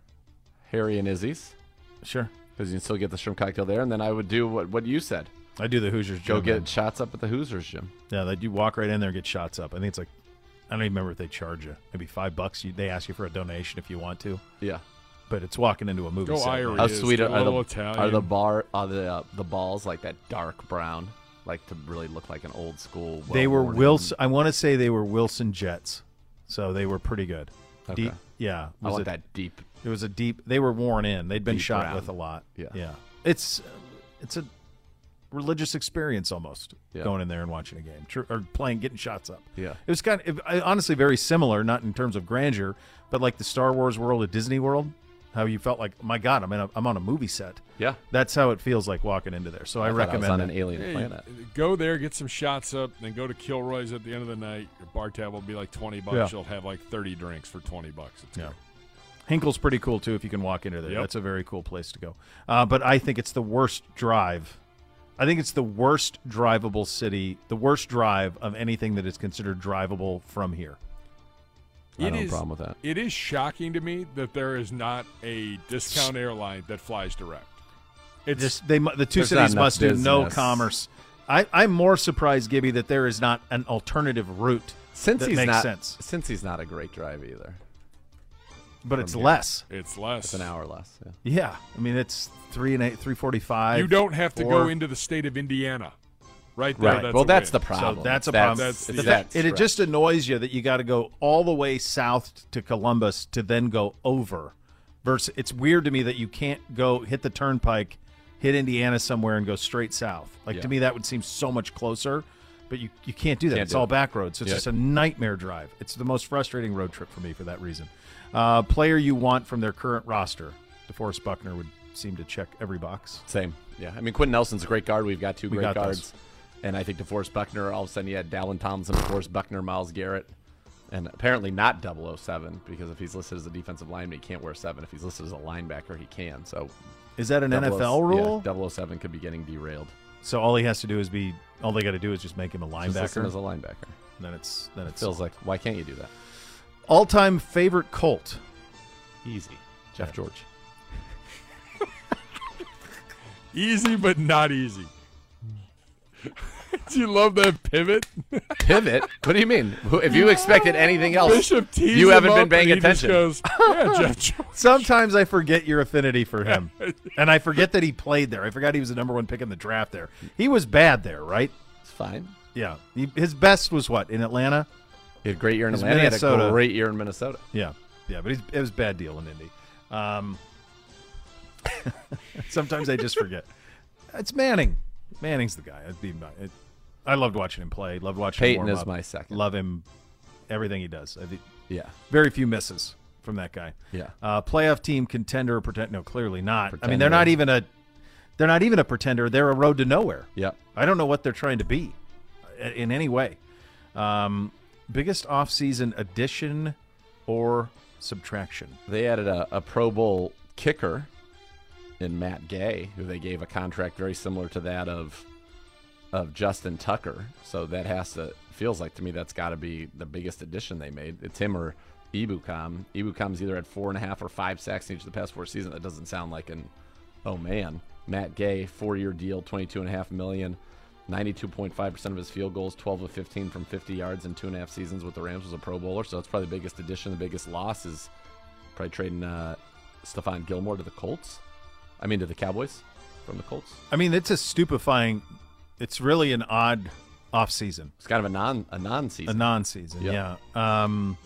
Harry and Izzy's.
sure,
Because you can still get the shrimp cocktail there, and then I would do what, what you said.
I do the Hoosiers.
Go
gym,
get
man.
shots up at the Hoosiers gym.
Yeah, they you walk right in there and get shots up. I think it's like I don't even remember if they charge you. Maybe five bucks. You, they ask you for a donation if you want to,
Yeah.
but it's walking into a movie.
Go
set,
Irish.
man.
How
is,
sweet
get
are
a
are the
little Italian.
are the bar are the uh, the balls like that dark brown, like to really look like an old school.
they were
well-worn-
Wilson. I want to say they were Wilson Jets, so they were pretty good.
Okay.
Deep, yeah. it
I
was
want
a-
that deep.
It was a deep. They were worn in. They'd been
Deep
shot
brown.
with a lot.
Yeah.
yeah. It's it's a religious experience almost
Yeah.
going in there and watching a game tr- or playing, getting shots up.
Yeah.
it was kind of I- honestly very similar, not in terms of grandeur, but like the Star Wars world at Disney World. How you felt like, my God, I'm in a, I'm on a movie set.
Yeah.
That's how it feels like walking into there. So I,
I thought
recommend
I was on
that.
an alien
Hey,
planet.
go there, get some shots up, then go to Kilroy's at the end of the night. Your bar tab will be like twenty bucks.
Yeah.
You'll have like thirty drinks for twenty bucks. It's
Yeah.
great.
Hinkle's pretty cool too if you can walk into there.
Yep.
That's a very cool place to go. Uh, but I think it's the worst drive. I think it's the worst drivable city, the worst drive of anything that is considered drivable from here.
I
It
don't have a
is-
problem with that.
It is shocking to me that there is not a discount airline that flies direct. It's
Just they mu- the two
There's not
cities
enough
must do no
business.
commerce. I, I'm more surprised, Gibby, that there is not an alternative route
Since
that
he's
makes
not
sense.
since he's not a great drive either.
But it's less.
it's less
It's an hour less. Yeah.
Yeah, I mean it's three and eight, three forty-five.
You don't have to go
four.
into the state of Indiana, right there.
Right.
That's
well,
a
that's
win.
the problem.
So that's a
That's-
problem.
That's
it's
the-
that
it, it
stretch.
just annoys you that you got to go all the way south to Columbus to then go over. Versus, it's weird to me that you can't go hit the turnpike, hit Indiana somewhere, and go straight south. Like
Yeah.
to me, that would seem so much closer. But you, you can't do that.
Can't
it's
do
all
it.
back roads. So it's
Yeah.
just a nightmare drive. It's the most frustrating road trip for me for that reason. Uh, player you want from their current roster, DeForest Buckner would seem to check every box.
Same. Yeah. I mean, Quentin Nelson's a great guard. We've got two
We
great
got
guards.
those.
And I think DeForest Buckner, all of a sudden, you had Dallin Thompson, DeForest Buckner, Miles Garrett, and apparently not 007 because if he's listed as a defensive lineman, he can't wear seven. If he's listed as a linebacker, he can. So
Is that an
00
NFL rule?
Yeah, 007 could be getting derailed.
so all he has to do is be. All they got to do is just make him a
Just list him
linebacker.
as a linebacker.
then it's then it's
Feels like why can't you do that?
all time favorite Colt.
Easy, Jeff George.
Easy, but not easy. [laughs] Do you love that
[laughs]
pivot?
Pivot? what do you mean? Who- If you expected anything else,
Bishop tees
you
him
haven't
up
been paying
and he just
attention.
goes, yeah,
[laughs]
Jeff George.
Sometimes I forget your affinity for him, and I forget that he played there. I forgot he was the number one pick in the draft there. He was bad there, right?
It's fine.
Yeah, he, his best was what in Atlanta.
He had a great year in
It's
Atlanta. He had
Minnesota.
a great year in Minnesota.
Yeah, yeah, but he's, it was a bad deal in Indy. Um, [laughs] sometimes I just forget. It's Manning. Manning's the guy. I'd be my, it, I loved watching him play. Loved watching
Peyton
him warm
is
up.
my second.
Love him. Everything he does. I think-
Yeah.
Very few misses from that guy.
Yeah.
Uh, playoff team contender or pretend? No, clearly not. I mean,
Pretender.
they're not even a. They're not even a pretender. They're a road to nowhere.
Yep.
I don't know what they're trying to be uh, in any way. Um, biggest offseason addition or subtraction?
They added a, a Pro Bowl kicker in Matt Gay, who they gave a contract very similar to that of of Justin Tucker. So that has to feels like to me that's got to be the biggest addition they made. It's him or Ibucom. Ibucom's either at four and a half or five sacks in each of the past four seasons. That doesn't sound like an oh man. Matt Gay, four year deal, twenty two and a half million. 92.5% of his field goals, 12 of 15 from 50 yards in two and a half seasons with the Rams was a Pro Bowler. So that's probably the biggest addition. The biggest loss is Probably trading uh, Stephon Gilmore to the Colts. I mean, to the Cowboys from the Colts.
I mean, it's a stupefying. It's really an odd offseason,
It's kind of a non a non
a
season.
non season.
Yeah.
Yeah. Um,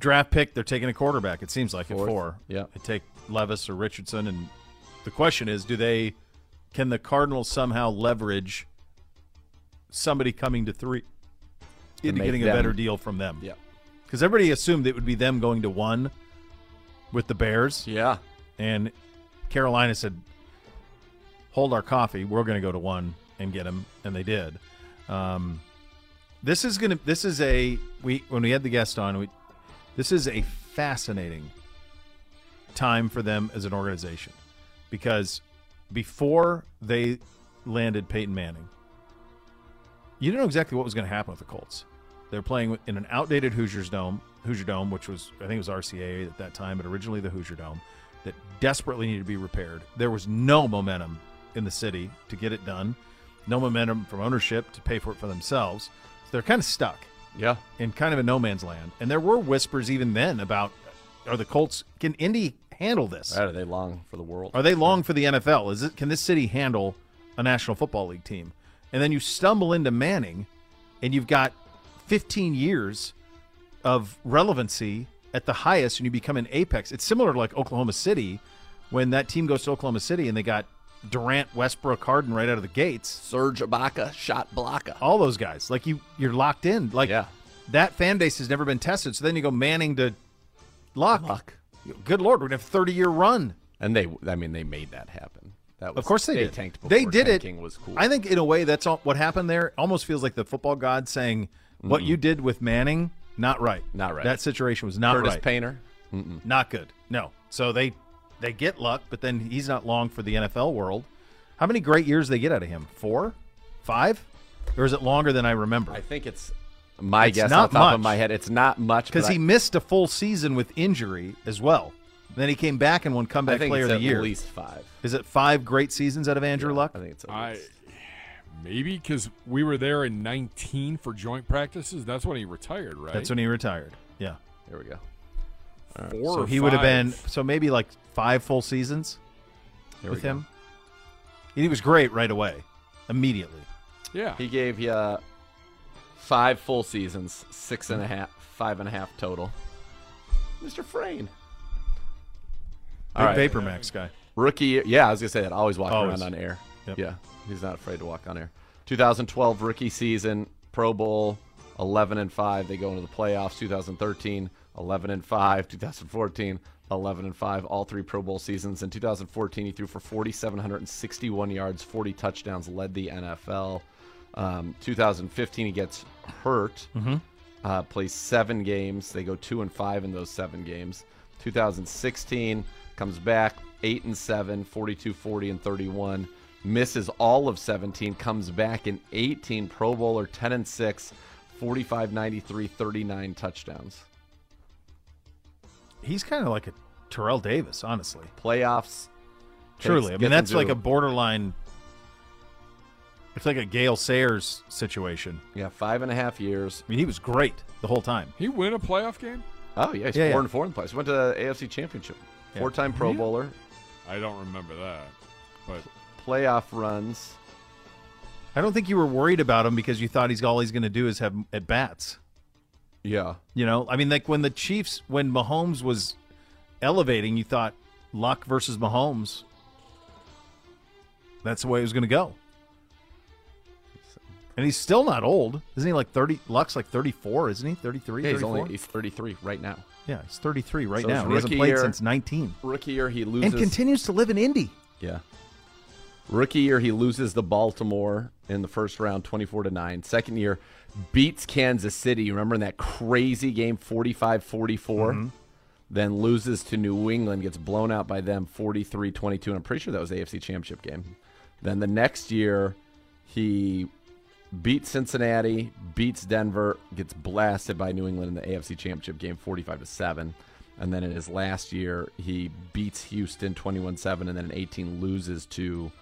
draft pick, they're taking a quarterback, it seems like, at
Fourth.
four.
Yeah.
They take Levis or Richardson. And the question is do they, can the Cardinals somehow leverage somebody coming to three into
make
getting a
them-
better deal from them?
yeah.
because everybody assumed it would be them going to one with the Bears,
Yeah.
and Carolina said, "Hold our coffee, we're going to go to one and get him," and they did. Um, this is gonna. This is a we when we had the guest on. We, this is a fascinating time for them as an organization because before they landed Peyton Manning, you didn't know exactly what was going to happen with the Colts. They're playing in an outdated Hoosiers Dome, Hoosier Dome, which was I think it was RCA at that time, but originally the Hoosier Dome, that desperately needed to be repaired. There was no momentum in the city to get it done, no momentum from ownership to pay for it for themselves. So they're kind of stuck
Yeah.
in kind of a no man's land. And there were whispers even then about are the Colts can Indy handle this?
Right, are they long for the world?
Are they long for the NFL? Is it can this city handle a National Football League team? And then you stumble into Manning, and you've got 15 years of relevancy at the highest, and you become an apex. It's similar to like Oklahoma City, when that team goes to Oklahoma City and they got Durant, Westbrook, Harden right out of the gates.
Serge Ibaka, shot blocker.
All those guys, like you, you're locked in. Like
Yeah.
that fan base has never been tested. So then you go Manning to Luck.
Luck.
Good lord, we're gonna have 30 year run.
And they, I mean, they made that happen. That was
Of course they,
they
did.
Tanked before
they did
tanking
it.
Was cool.
I think in a way that's all, what happened there. Almost feels like the football god saying, "What you did with Manning, not right.
Not right.
That situation was not
Curtis
right.
Painter.
Not good. No. So they they get luck, but then he's not long for the NFL world. How many great years they get out of him? Four, five, or is it longer than I remember?
I think it's my
It's
guess
not
off the top of
much.
my head. It's not much
Because
but
he missed a full season with injury as well. Then he came back and won
I, I
comeback
think
player
it's
of
at
the year.
least five.
Is it five great seasons out of Andrew Luck?
I think it's at
I
least.
maybe because we were there in 19 for joint practices. That's when he retired, right?
That's when he retired. Yeah.
Here we go.
Four
So
or
he would have been
five.
so maybe like five full seasons
Here we
with
go.
him. And he was great right away, immediately.
Yeah.
He gave you uh, five full seasons, six and a half, five and a half total. Mr. Frayne. All
Big
right.
Vapor Max guy.
Rookie year. Yeah, I was going to say that. Always walking
Always.
around on air.
Yep.
Yeah, he's not afraid to walk on air. 2012 rookie season, Pro Bowl, 11 and 5. They go into the playoffs. 2013, 11 and 5. 2014, 11 and 5. All three Pro Bowl seasons. In 2014, he threw for 4,761 yards, 40 touchdowns, led the NFL. Um, 2015, he gets hurt
Mm-hmm.
uh, plays seven games. They go two and five in those seven games. 2016 comes back eight and seven, 42, 40, and 31. Misses all of 17. Comes back in 18, Pro Bowler 10 and six, 45, 93, 39 touchdowns.
He's kind of like a Terrell Davis, honestly.
Playoffs. takes-
Truly, I
gets him
mean that's like
to-
a borderline. It's like a Gale Sayers situation.
yeah five and a half years.
I mean, he was great the whole time.
He win a playoff game?
Oh yeah, he's
Yeah, yeah.
four and four in the playoffs. Went to the AFC Championship,
Yeah. Mm-hmm.
four-time Pro Bowler,
I don't remember that. But
playoff runs.
I don't think you were worried about him because you thought he's all he's going to do is have at bats.
Yeah,
You know, I mean, like when the Chiefs, when Mahomes was elevating, you thought Luck versus Mahomes. That's the way it was going to go. And he's still not old, isn't he? Like thirty, Luck's like thirty-four, isn't he? Thirty-three,
yeah he's
34?
only he's 33 right now.
yeah, he's thirty-three right
So his
now. He hasn't
rookie
played
year-
since nineteen,
Rookie year he loses.
and continues to live in Indy.
Yeah. Rookie year, he loses to Baltimore in the first round, 24 to 9. Second year, beats Kansas City. You Remember in that crazy game, 45 44? Then loses to New England, gets blown out by them, 43 22. And I'm pretty sure that was the AFC Championship game. Then the next year, he beats Cincinnati, beats Denver, gets blasted by New England in the AFC Championship game 45 to 7. And then in his last year, he beats Houston 21-7 and then in 18 loses to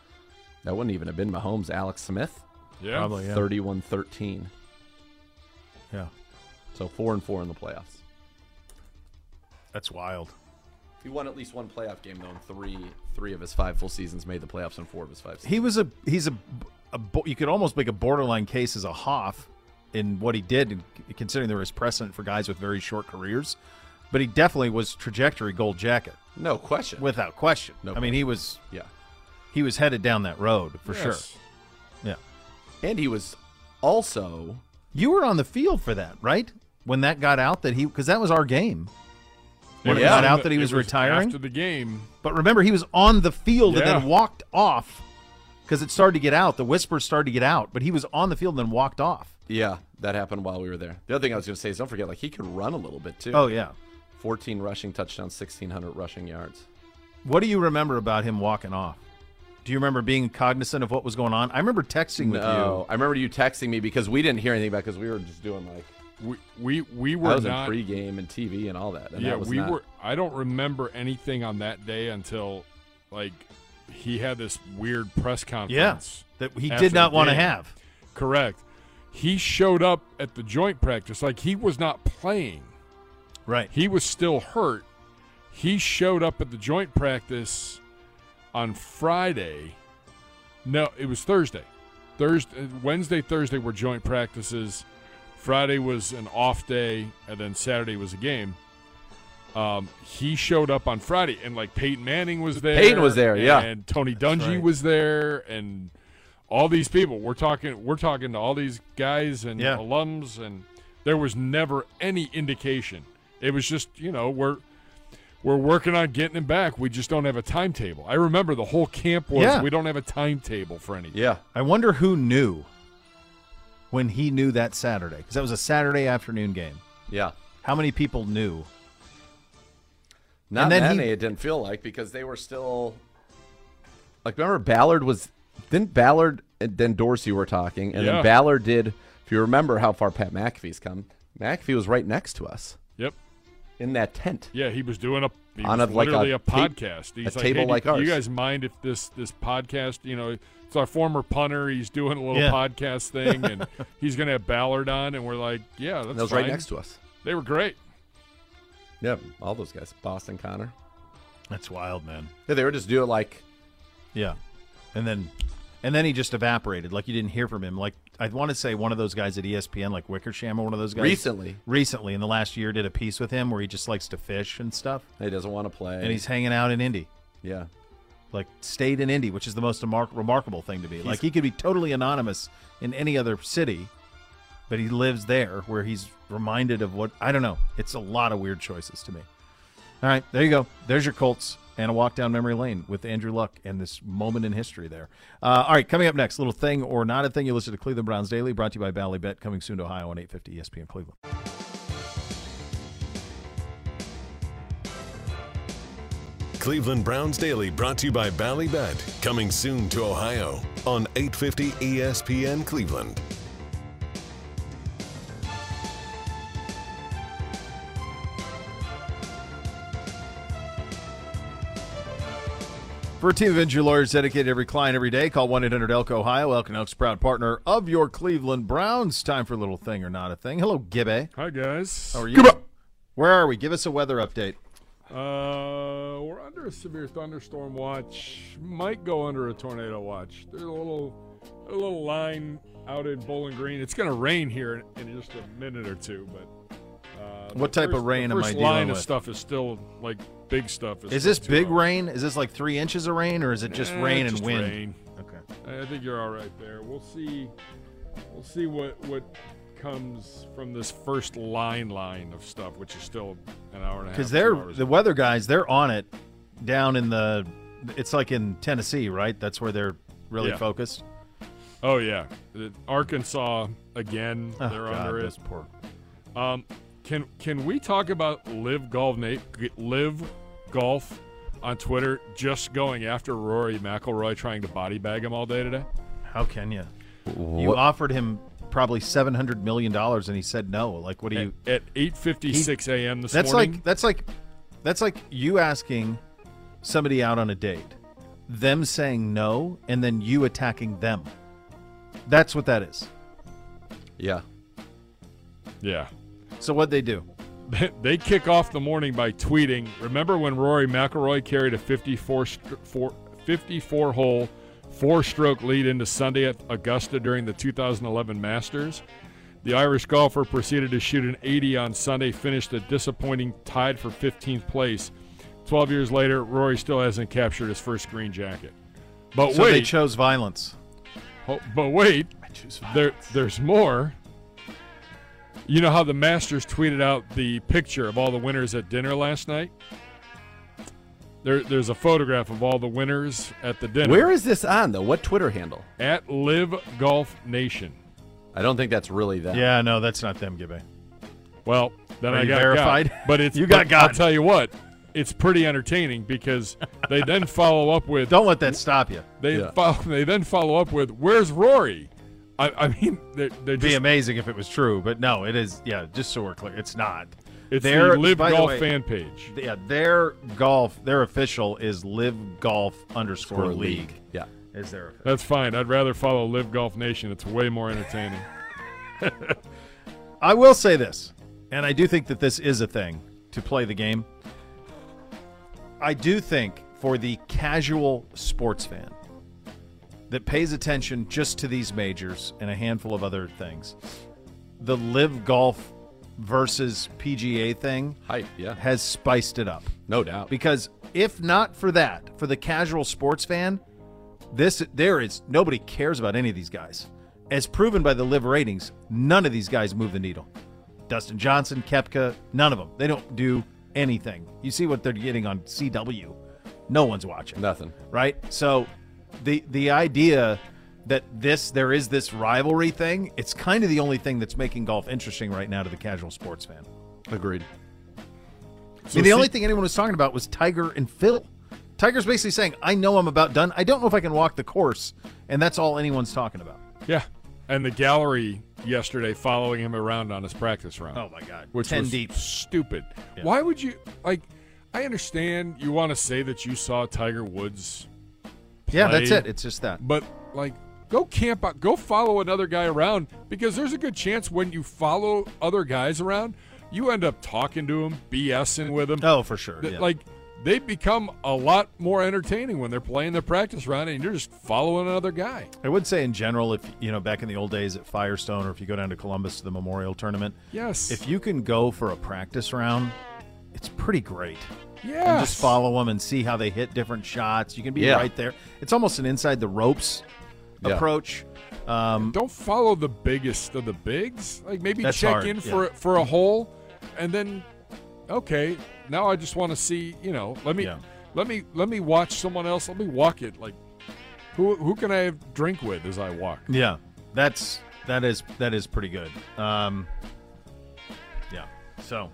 that wouldn't even have been Mahomes, Alex Smith,
yeah.
Probably, Oh, yeah.
31-13.
Yeah,
So 4 and 4 in the playoffs.
that's wild.
He won at least one playoff game though, and 3 3 of his 5 full seasons made the playoffs and 4 of his 5 seasons.
He was a he's a, a bo- you could almost make a borderline case as a Hoff in what he did, and c- considering there was precedent for guys with very short careers. But he definitely was trajectory gold jacket
No question.
without question.
No
I mean, he was
yeah.
he was headed down that road for
Yes.
sure. Yeah,
And he was also
you were on the field for that, right? When that got out, that he because that was our game. When
Yeah.
it got out that he
It
was, retiring,
after the game.
but remember he was on the field and
Yeah.
then walked off because it started to get out. The whispers started to get out, but he was on the field and then walked off.
yeah, that happened while we were there. The other thing I was going to say is don't forget like he could run a little bit too.
Oh yeah.
14 rushing touchdowns, 1,600 rushing yards.
What do you remember about him walking off? Do you remember being cognizant of what was going on? I remember texting with
No, I remember you texting me because we didn't hear anything about because we were just doing like
We we, we
I
were
was
not
in pregame and TV and all that. and
Yeah,
that was
we
not-
were I don't remember anything on that day until like he had this weird press
you. Yeah,
conference.
that he
after
did
the
not want to
game.
have.
Correct. He showed up at the joint practice like he was not playing.
Right.
He was still hurt. He showed up at the joint practice on Friday. No, it was Thursday. Thursday, Wednesday, Thursday were joint practices. Friday was an off day, and then Saturday was a game. Um, he showed up on Friday, and like Peyton Manning was there.
Peyton was there, yeah.
And Tony Dungy was there, and all these people. We're talking. We're talking to all these guys and
Yeah.
alums, and there was never any indication. It was just you know we're we're working on getting him back. We just don't have a timetable. I remember the whole camp was
Yeah.
we don't have a timetable for anything.
Yeah,
I wonder who knew when he knew that Saturday because that was a Saturday afternoon game.
yeah.
How many people knew?
Not
And then
many.
he-
it didn't feel like because they were still like remember Ballard was didn't Ballard and then Dorsey were talking and
Yeah.
then Ballard did. If you remember how far Pat McAfee's come, McAfee was right next to us
Yep.
in that tent.
Yeah, he was doing a he
On
was
a- like
literally
a
a,
ta-
podcast.
a
He's like,
table
hey, do-
like
do
ours."
You guys mind if this this podcast? You know, it's our former punter. He's doing a little
Yeah.
[laughs]
podcast thing, and he's gonna have Ballard on, and we're like, yeah, that's
And that was
fine.
right next to us.
They were great.
Yeah, all those guys, Boston Connor.
That's wild, man.
Yeah, they were just doing like
Yeah, and then and then he just evaporated. Like you didn't hear from him. Like I want to say one of those guys at E ESPN, like Wickersham or one of those guys.
recently.
recently in the last year, did a piece with him where he just likes to fish and stuff,
He doesn't want to play.
and he's hanging out in Indy.
yeah.
like stayed in Indy, which is the most remar- remarkable thing to be. like he could be totally anonymous in any other city, but he lives there where he's reminded of what I don't know. It's a lot of weird choices to me. All right, there you go. There's your Colts and a walk down memory lane with Andrew Luck and this moment in history there. Uh, all right, coming up next, little thing or not a thing. You listen to Cleveland Browns Daily, brought to you by Bally Bet, coming soon to Ohio on E 850 ESPN Cleveland.
Cleveland Browns Daily brought to you by Ballybet, coming soon to E Ohio on 850 ESPN Cleveland.
For a team of injury lawyers dedicated to every client every day, call 1 800 Elk Ohio. Elk and Elk's proud partner of your Cleveland Browns. Time for a little thing or not a thing. Hello, Gibbe.
Hi guys.
How are you? Where are we? Give us a weather update.
Uh, we're under a severe thunderstorm watch. Might go under a tornado watch. There's a little, a little line out in Bowling Green. It's going to rain here in, in just a minute or two. But uh, the
What type of
first- the
rain am
first
I dealing
line
with?
of stuff is still like big stuff.
Is
still
this
too
big
low.
rain? Is this like three inches of rain, or is it just
Eh,
rain and
just
wind?
rain.
Okay.
I I think you're all right there. We'll see. We'll see what what comes from this first line line of stuff, which is still an hour and a half.
Because
two
they're
hours
the weather guys. They're on it down in the. It's like in Tennessee, right? That's where they're really
Yeah.
focused.
Oh yeah, The- Arkansas again.
Oh,
they're
God,
under
those
it.
poor-
Um, can can we talk about live golf? Nate, live golf on Twitter, just going after Rory McIlroy, trying to body bag him all day today.
How can you? You
What-
offered him probably seven hundred million dollars, and he said no. Like, what do you?
At, at 8:56 a.m. this
That's
morning.
like that's like that's like you asking somebody out on a date, them saying no, and then you attacking them. That's what that is.
Yeah.
yeah.
So what they do?
[laughs] they kick off the morning by tweeting. Remember when Rory McIlroy carried a 54 str- four, 54 hole four stroke lead into Sunday at Augusta during the 2011 Masters? The Irish golfer proceeded to shoot an 80 on Sunday, finished a disappointing tied for 15th place. 12 years later, Rory still hasn't captured his first green jacket. But
So
Oh, wait,
they chose violence.
Oh, but wait, there, there's more. You know how the Masters tweeted out the picture of all the winners at dinner last night? There, there's a photograph of all the winners at the dinner.
Where is this on though? What Twitter handle?
At Live Golf Nation.
I don't think that's really that.
Yeah, no, that's not them, Gibby.
Well, then
Are
I
you
got
verified?
got. [laughs] But it's
You got
but
got.
I'll tell you what, it's pretty entertaining because they
[laughs]
then follow up with
Don't let that stop you.
they
Yeah.
follow, they then follow up with where's Rory? I, I mean, they're, they're
It'd be
just
amazing if it was true, but no, it is. Yeah, just so we're clear, it's not.
it's
Their-
the Live
by the
Golf
way,
fan page.
Yeah, their golf, their official is Live Golf underscore
Or
League.
league. Yeah.
Is their official.
That's fine. I'd rather follow Live Golf Nation. It's way
[laughs]
more entertaining.
I will say this, and I do think that this is a thing to play the game. I do think for the casual sports fan that pays attention just to these majors and a handful of other things, the live golf versus PGA thing
Hype. Yeah.
has spiced it up.
No doubt.
Because if not for that, for the casual sports fan, this there is nobody cares about any of these guys. As proven by the live ratings, none of these guys move the needle. Dustin Johnson, Kepka, none of them. They don't do anything. You see what they're getting on CW. No one's watching
Nothing.
right? So the the idea that this there is this rivalry thing, it's kind of the only thing that's making golf interesting right now to the casual sports fan.
Agreed.
I mean, the only thing anyone was talking about was Tiger and Phil. Tiger's basically saying, "I know I'm about done. I don't know if I can walk the course," and that's all anyone's talking about.
yeah. And the gallery yesterday following him around on his practice round.
Oh my God,
which
ten
was
deep.
stupid. Why would you like? I understand you want to say that you saw Tiger Woods,
Yeah, that's
play.
it. It's just that.
but like, go camp out, go follow another guy around because there's a good chance when you follow other guys around, you end up talking to them, BSing with them.
Oh, for sure.
Th-
yeah.
Like they become a lot more entertaining when they're playing their practice round and you're just following another guy.
I would say in general, if you know back in the old days at Firestone, or if you go down to Columbus to the Memorial Tournament,
Yes.
if you can go for a practice round, it's pretty great.
yeah,
and just follow them and see how they hit different shots. You can be
Yeah.
right there. It's almost an inside the ropes
Yeah.
approach. Um,
Don't follow the biggest of the bigs. Like maybe
That's
check
hard,
in for
yeah.
for a hole, and then okay, now I just want to see. You know, let me
Yeah.
let me let me watch someone else. Let me walk it. Like who who can I have drink with as I walk?
yeah, that's that is that is pretty good. Um, yeah, so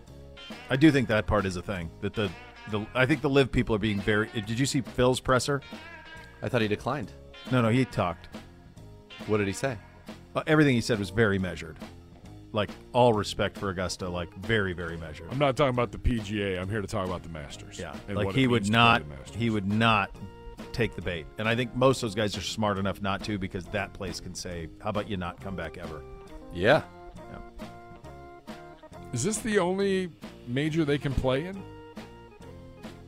I do think that part is a thing that the the I think the live people are being very. Did you see Phil's presser?
I thought he declined.
No, no, he talked.
What did he say?
Uh, Everything he said was very measured. Like all respect for Augusta, like very very measured.
I'm not talking about the PGA. I'm here to talk about the Masters.
Yeah,
and
like
what
he
it
would
means to play
not.
the Masters.
He would not take the bait. And I think most of those guys are smart enough not to because that place can say, "How about you not come back ever?"
Yeah.
Is this the only major they can play in?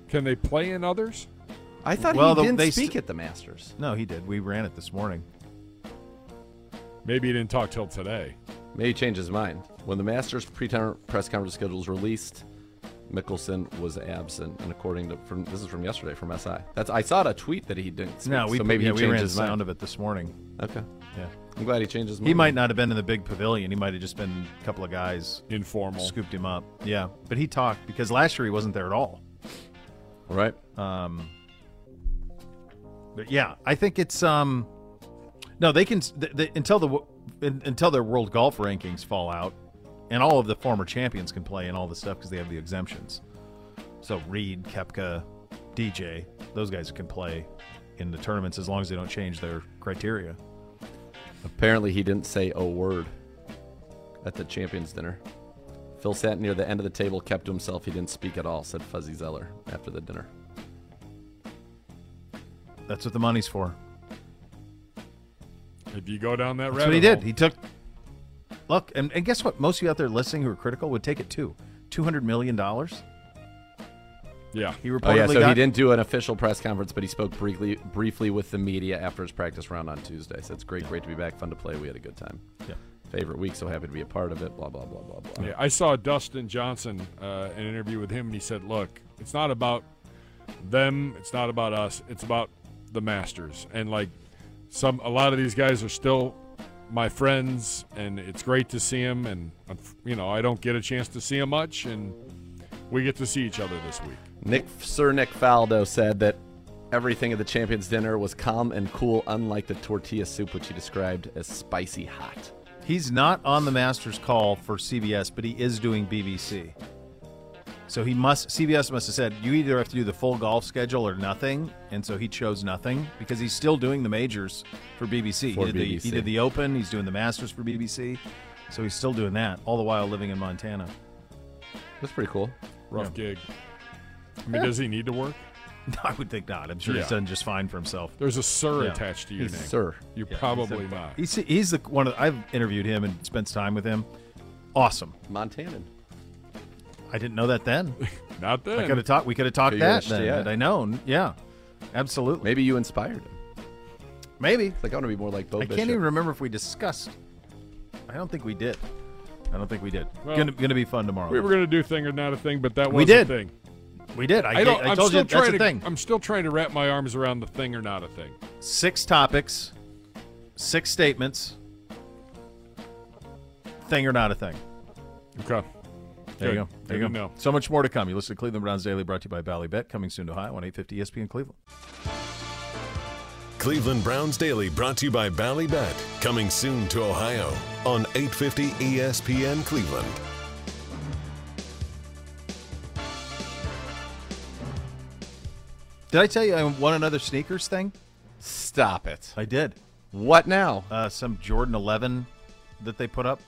Can they play in others?
I thought
Well, the-
he didn't
they
speak
st-
at the Masters.
No, he did. We ran it this morning.
Maybe he didn't talk till today.
Maybe change his mind. When the Masters pre-term press conference schedule was released, Mickelson was absent, and according to from this is from yesterday from SI. That's I saw a tweet that he didn't. Speak,
No, we
so maybe
yeah,
he
we
changed
ran
his
sound
mind.
of it this morning.
Okay,
Yeah,
I'm glad he changed his mind.
he might not have been in the big pavilion. He might have just been a couple of guys
Informal.
scooped him up. Yeah, but he talked because last year he wasn't there at all.
All right.
But yeah, I think it's um, no, they can th th until the w- un- until their world golf rankings fall out, and all of the former champions can play and all the stuff because they have the exemptions. So Reed, Kepka, DJ, those guys can play in the tournaments as long as they don't change their criteria.
Apparently, he didn't say a word at the champions dinner. Phil sat near the end of the table, kept to himself. He didn't speak at all, said Fuzzy Zeller after the dinner.
That's what the money's for.
If you go down that
That's
rabbit
what he did.
hole.
He took. Look, and, and guess what? Most of you out there listening who are critical would take it too. Two hundred million dollars.
yeah.
He reportedly
Oh yeah, so
got.
he didn't do an official press conference, but he spoke briefly briefly with the media after his practice round on Tuesday. So it's great, great to be back, fun to play. We had a good time.
Yeah.
Favorite week, so happy to be a part of it. Blah blah blah blah blah.
Yeah, I saw Dustin Johnson uh, an interview with him, and he said, "Look, it's not about them. It's not about us. It's about the Masters. And like some, a lot of these guys are still my friends, and it's great to see them. And you know, I don't get a chance to see them much, and we get to see each other this week.
Nick Sir Nick Faldo said that everything at the champions dinner was calm and cool, unlike the tortilla soup, which he described as spicy hot.
He's not on the Masters call for CBS, but he is doing BBC. So he must CBS must have said you either have to do the full golf schedule or nothing, and so he chose nothing because he's still doing the majors for BBC.
For
he, did The, he
BBC.
did the Open, he's doing the Masters for BBC, so he's still doing that all the while living in Montana. [laughs]
That's pretty cool.
Rough gig. I mean, does he need to work?
I would think not. I'm sure he's
Yeah.
done just fine for himself.
There's a sir
Yeah.
attached to your name.
Sir,
You're
Yeah,
probably
he's a-
not.
He's he's the one of, I've interviewed him and spent time with him. Awesome.
Montanan.
I didn't know that then.
[laughs]
Not
I could
then.
have talked. We could have talked
Could you
that
have-
then.
yeah.
Had I known, yeah, absolutely.
Maybe you inspired him.
Maybe.
Like I want to be more like Bo
Oh,
I
Bishop.
can't even remember if we discussed. I don't think we did. I don't think we did.
Well,
gonna, gonna be fun tomorrow.
We were gonna do thing or not a thing, but that was
We
a
did.
thing.
We did. I,
I don't.
I
am
told
still
you that's
trying
the
to,
thing.
I'm still trying to wrap my arms around the thing or not a thing.
Six topics, six statements. Thing or not a thing.
Okay.
There you go.
Good.
There
Good
you go.
to know.
So much more to come. You listen to Cleveland Browns Daily, brought to you by Ballybet, coming soon to Ohio on E 850 ESPN Cleveland.
Cleveland Browns Daily brought to you by Ballybet, coming soon to Ohio on E 850 ESPN Cleveland.
Did I tell you I won another sneakers thing?
Stop it.
I did.
What now?
Uh, some Jordan 11 that they put up.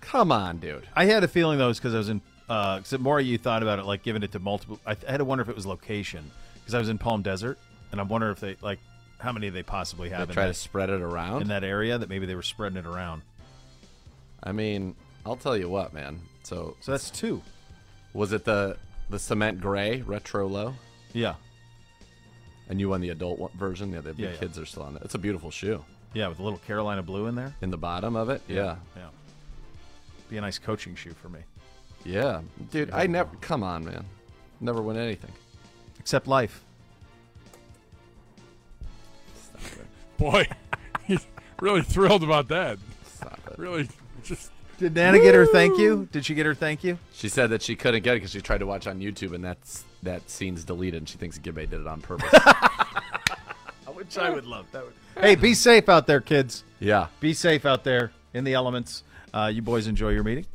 Come on, dude.
I had a feeling though, because I was in. Uh, 'cause the more you thought about it, like giving it to multiple, I, I had to wonder if it was location because I was in Palm Desert, and I'm wondering if they like how many they possibly have
They
in,
try to
that,
spread it around.
in that area that maybe they were spreading it around.
I mean, I'll tell you what, man. So,
So that's two.
was it the the cement gray retro low,
Yeah,
and you won the adult one, version? Yeah, the big
Yeah, yeah.
kids are still on it. It's a beautiful shoe
yeah, with a little Carolina blue in there.
in the bottom of it. Yeah,
Yeah, be a nice coaching shoe for me.
yeah, dude. I never. Come on, man. Never win anything.
Except life.
Boy, [laughs] he's really thrilled about that.
Stop it.
Really, just
Did Nana get her thank you? Did she get her thank you?
She said that she couldn't get it because she tried to watch on YouTube, and that's that scene's deleted. and She thinks Gibbe did it on purpose.
[laughs] Which I would love. That would. Hey, be safe out there, kids.
yeah.
Be safe out there in the elements. Uh, you boys enjoy your meeting.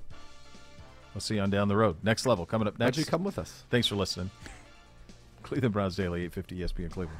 We'll see you on down the road. Next level coming up
Why'd
next.
you come with us?
Thanks for listening. Cleveland Browns Daily, E 850 ESPN Cleveland.